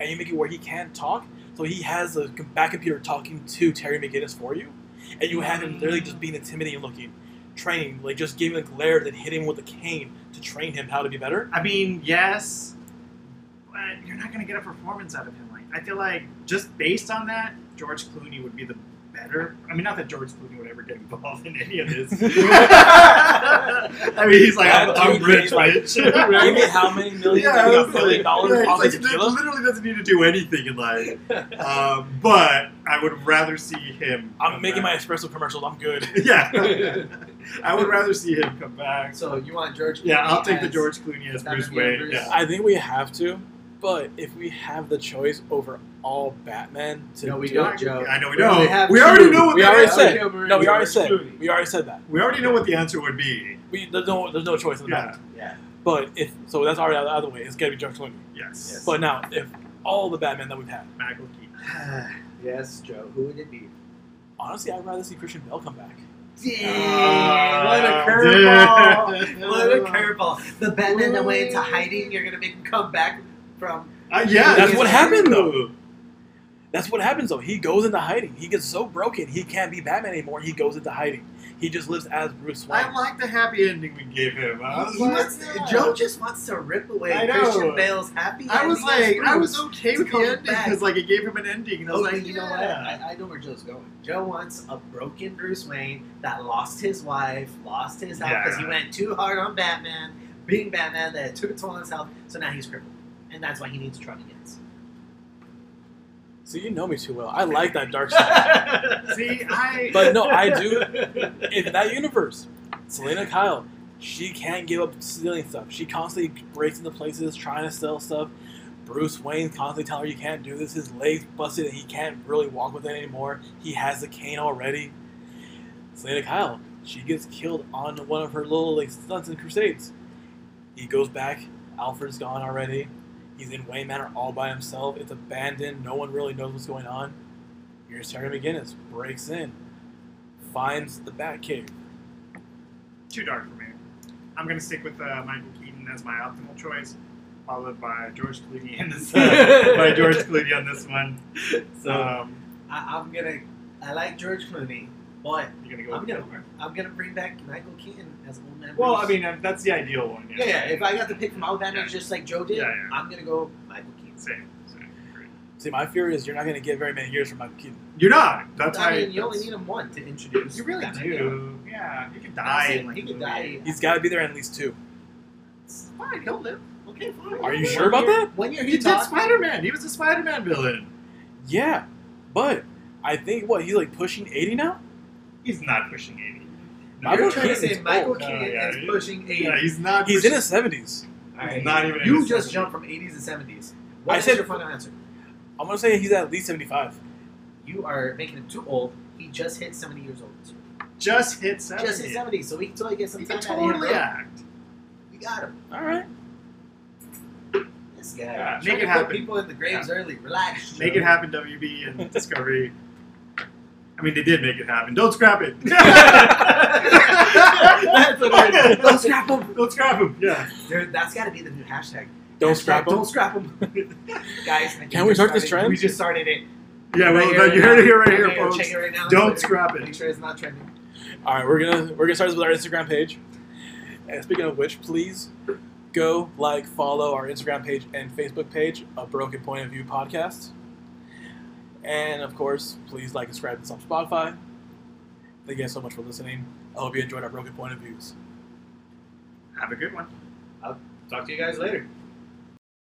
[SPEAKER 1] and you make it where he can't talk. So he has a com- back computer talking to Terry McGinnis for you, and you have him literally just being intimidating looking, training, like just giving a glare, then hit him with a cane to train him how to be better.
[SPEAKER 3] I mean, yes, but you're not going to get a performance out of him. Like, I feel like just based on that, George Clooney would be the better. I mean, not that George Clooney would ever get involved in any of this. [laughs] I mean, he's like,
[SPEAKER 1] That
[SPEAKER 3] I'm, I'm
[SPEAKER 1] dude
[SPEAKER 3] rich,
[SPEAKER 1] is like-
[SPEAKER 3] bitch. [laughs]
[SPEAKER 1] Give
[SPEAKER 3] Right?
[SPEAKER 1] me how many millions?
[SPEAKER 3] Yeah,
[SPEAKER 1] I
[SPEAKER 3] I
[SPEAKER 1] got a
[SPEAKER 3] was
[SPEAKER 1] billion
[SPEAKER 3] like-
[SPEAKER 1] dollars.
[SPEAKER 3] right,
[SPEAKER 1] I'll
[SPEAKER 3] like,
[SPEAKER 1] just
[SPEAKER 3] he
[SPEAKER 1] kill him.
[SPEAKER 3] literally doesn't need to do anything in life.
[SPEAKER 1] [laughs]
[SPEAKER 3] um, but I would rather see him.
[SPEAKER 1] I'm
[SPEAKER 3] come
[SPEAKER 1] making my
[SPEAKER 3] back.
[SPEAKER 1] espresso commercials. I'm good.
[SPEAKER 2] [laughs]
[SPEAKER 3] [laughs] yeah. I would rather see him come back.
[SPEAKER 2] So you want George?
[SPEAKER 3] Yeah, I'll
[SPEAKER 2] Clooney
[SPEAKER 3] take the
[SPEAKER 2] as-
[SPEAKER 3] George Clooney as
[SPEAKER 2] Batman
[SPEAKER 3] Bruce Wayne.
[SPEAKER 2] Bruce.
[SPEAKER 3] Yeah.
[SPEAKER 1] I think we have to, but if we have the choice over all Batman to
[SPEAKER 2] No, we
[SPEAKER 1] do
[SPEAKER 2] don't,
[SPEAKER 1] it-
[SPEAKER 2] Joe.
[SPEAKER 3] I know we
[SPEAKER 2] We only
[SPEAKER 3] don't.
[SPEAKER 2] have
[SPEAKER 3] We
[SPEAKER 2] two.
[SPEAKER 3] already know what
[SPEAKER 1] We
[SPEAKER 3] the
[SPEAKER 1] already
[SPEAKER 3] answer-
[SPEAKER 1] said.
[SPEAKER 2] Kilmer and
[SPEAKER 1] No, we already
[SPEAKER 2] George
[SPEAKER 1] said.
[SPEAKER 2] Clooney.
[SPEAKER 1] We already said that.
[SPEAKER 3] We already know what the answer would be.
[SPEAKER 1] We, there's no there's no choice in the
[SPEAKER 3] Yeah.
[SPEAKER 1] matter.
[SPEAKER 2] Yeah.
[SPEAKER 1] But if so, that's already out of the other way. It's gotta be George Clooney.
[SPEAKER 3] Yes.
[SPEAKER 2] Yes.
[SPEAKER 1] But now, if all the Batman that we've had,
[SPEAKER 3] Michael Keaton.
[SPEAKER 2] [sighs] yes, Joe. Who would it be?
[SPEAKER 1] honestly, I'd rather see Christian Bale come back.
[SPEAKER 2] Dang! what
[SPEAKER 3] Ah,
[SPEAKER 2] a curveball!
[SPEAKER 3] dude.
[SPEAKER 2] What
[SPEAKER 3] [laughs]
[SPEAKER 2] a curveball! The Batman that went into hiding, you're gonna make him come back from.
[SPEAKER 3] Uh, yeah,
[SPEAKER 1] That's
[SPEAKER 2] what
[SPEAKER 1] happened, though. That's what happens though. He goes into hiding. He gets so broken he can't be Batman anymore. He goes into hiding. He just lives as Bruce
[SPEAKER 3] I
[SPEAKER 1] Wayne.
[SPEAKER 3] like the happy ending we gave him. I was
[SPEAKER 2] He
[SPEAKER 3] like,
[SPEAKER 2] wants to- Joe just wants to rip away
[SPEAKER 3] I know.
[SPEAKER 2] Christian Bale's happy.
[SPEAKER 3] I was
[SPEAKER 2] ending
[SPEAKER 3] like,
[SPEAKER 2] as
[SPEAKER 3] I
[SPEAKER 2] Bruce.
[SPEAKER 3] was okay
[SPEAKER 2] to
[SPEAKER 3] with the
[SPEAKER 2] come
[SPEAKER 3] ending
[SPEAKER 2] back.
[SPEAKER 3] because like it gave him an ending. And I
[SPEAKER 2] No,
[SPEAKER 3] was
[SPEAKER 2] but
[SPEAKER 3] like,
[SPEAKER 2] you know what?
[SPEAKER 3] yeah.
[SPEAKER 2] I, I know where Joe's going. Joe wants a broken Bruce Wayne that lost his wife, lost his health because he
[SPEAKER 3] Yeah.
[SPEAKER 2] went too hard on Batman, being Batman that it took a toll on his health. So now he's crippled, and that's why he needs Trunnions.
[SPEAKER 1] So you know me too well. I like that dark side.
[SPEAKER 3] See,
[SPEAKER 2] [laughs]
[SPEAKER 3] I
[SPEAKER 1] But no, I do.
[SPEAKER 3] [laughs]
[SPEAKER 1] In that universe, Selena Kyle, she can't give up stealing stuff. She constantly breaks into places trying to sell stuff. Bruce Wayne constantly telling her you can't do this. His legs busted and he can't really walk with it anymore. He has the cane already. Selena Kyle, she gets killed on one of her little like stunts in Crusades. He goes back. Alfred's gone already. He's in Wayne Manor all by himself. It's abandoned. No one really knows what's going on. Here's Terry McGinnis breaks in, finds the Batcave.
[SPEAKER 3] too dark for me. I'm gonna stick with uh, Michael Keaton as my optimal choice, followed by George Clooney in this.
[SPEAKER 2] [laughs]
[SPEAKER 3] Uh, by George Clooney on this one.
[SPEAKER 2] So
[SPEAKER 3] um,
[SPEAKER 2] I, I'm gonna. I like George Clooney, but
[SPEAKER 3] you're gonna go.
[SPEAKER 2] I'm
[SPEAKER 3] with
[SPEAKER 2] gonna.
[SPEAKER 3] Kilmer.
[SPEAKER 2] I'm gonna bring back Michael Keaton as old man.
[SPEAKER 3] Well,
[SPEAKER 2] Bruce.
[SPEAKER 3] I mean, uh, that's the ideal one.
[SPEAKER 2] yeah, yeah. If I got to pick from all Batman
[SPEAKER 3] Yeah.
[SPEAKER 2] just like Joe did,
[SPEAKER 3] Yeah, yeah.
[SPEAKER 2] I'm gonna go Michael Keaton.
[SPEAKER 3] same, same. Great.
[SPEAKER 1] See, my fear is you're not going to get very many years from Michael Keaton.
[SPEAKER 3] You're not. That's
[SPEAKER 2] I
[SPEAKER 3] why.
[SPEAKER 2] mean, you only need him one to introduce.
[SPEAKER 3] you really
[SPEAKER 2] Batman.
[SPEAKER 3] do. Yeah, you could
[SPEAKER 2] I'm
[SPEAKER 3] die.
[SPEAKER 2] saying
[SPEAKER 3] in, like,
[SPEAKER 2] he
[SPEAKER 3] a
[SPEAKER 2] could
[SPEAKER 3] movie.
[SPEAKER 2] die.
[SPEAKER 1] He's got to be there in at least two.
[SPEAKER 2] It's fine, he'll live. Okay, fine.
[SPEAKER 1] Are you
[SPEAKER 2] One
[SPEAKER 1] sure about
[SPEAKER 2] year-
[SPEAKER 1] that?
[SPEAKER 2] One year
[SPEAKER 3] He
[SPEAKER 2] he
[SPEAKER 3] did
[SPEAKER 2] talked.
[SPEAKER 3] Spider-Man. He was a Spider-Man villain.
[SPEAKER 1] Yeah, but I think what he's like pushing 80 now.
[SPEAKER 3] He's not pushing 80.
[SPEAKER 1] I
[SPEAKER 2] You're
[SPEAKER 1] Michael
[SPEAKER 2] trying to say
[SPEAKER 1] Keaton's
[SPEAKER 2] Michael
[SPEAKER 1] old.
[SPEAKER 2] Keaton
[SPEAKER 3] Oh, yeah,
[SPEAKER 2] is
[SPEAKER 3] he-
[SPEAKER 2] pushing 80.
[SPEAKER 3] Yeah, he's not.
[SPEAKER 1] He's in
[SPEAKER 3] pushing,
[SPEAKER 1] his 70s.
[SPEAKER 2] All right.
[SPEAKER 3] Not even. in
[SPEAKER 2] You
[SPEAKER 3] his
[SPEAKER 2] just
[SPEAKER 3] 70s.
[SPEAKER 2] jumped from 80s to 70s.
[SPEAKER 1] I
[SPEAKER 2] What is
[SPEAKER 1] said-
[SPEAKER 2] your final answer?
[SPEAKER 1] I'm gonna say he's at least 75.
[SPEAKER 2] You are making him too old. He just hit 70 years old.
[SPEAKER 3] Just hit 70.
[SPEAKER 2] Just hit 70, so we can totally get some
[SPEAKER 3] He
[SPEAKER 2] time
[SPEAKER 3] can
[SPEAKER 2] out of him.
[SPEAKER 3] totally
[SPEAKER 2] bro.
[SPEAKER 3] [laughs] act.
[SPEAKER 2] We got him.
[SPEAKER 1] All right.
[SPEAKER 2] This guy. Trying
[SPEAKER 3] Yeah, make
[SPEAKER 2] to
[SPEAKER 3] it
[SPEAKER 2] put
[SPEAKER 3] happen.
[SPEAKER 2] people in the graves early. Relax.
[SPEAKER 3] Make
[SPEAKER 2] Joe.
[SPEAKER 3] it happen, WB [laughs] and Discovery. I mean, they did make it happen. Don't scrap [laughs] it.
[SPEAKER 2] [laughs] That's what it is.
[SPEAKER 3] Don't scrap him. Don't scrap him. Yeah.
[SPEAKER 2] Dude, that's got to be the new hashtag.
[SPEAKER 1] Don't
[SPEAKER 2] Hashtag
[SPEAKER 1] scrap
[SPEAKER 2] Don't
[SPEAKER 1] him.
[SPEAKER 2] scrap him. [laughs] Guys, I think
[SPEAKER 1] Can we start this
[SPEAKER 2] started-
[SPEAKER 1] trend?
[SPEAKER 2] We just started it.
[SPEAKER 3] Yeah.
[SPEAKER 2] Right
[SPEAKER 3] Well,
[SPEAKER 2] here,
[SPEAKER 3] no,
[SPEAKER 2] right
[SPEAKER 3] you heard it
[SPEAKER 2] now.
[SPEAKER 3] here, right
[SPEAKER 2] I'm
[SPEAKER 3] here,
[SPEAKER 2] gonna go
[SPEAKER 3] folks.
[SPEAKER 2] check it right now.
[SPEAKER 3] Don't
[SPEAKER 2] So
[SPEAKER 3] scrap
[SPEAKER 2] Make
[SPEAKER 3] it.
[SPEAKER 2] sure it's not trending.
[SPEAKER 1] All right, we're gonna we're gonna start this with our Instagram page. And speaking of which, please go like, follow our Instagram page and Facebook page, a Broken Point of View podcast. And of course, please like, and subscribe, and on Spotify. Thank you guys so much for listening. I hope you enjoyed our Broken Point of Views.
[SPEAKER 3] Have a good one.
[SPEAKER 2] Talk to you guys later.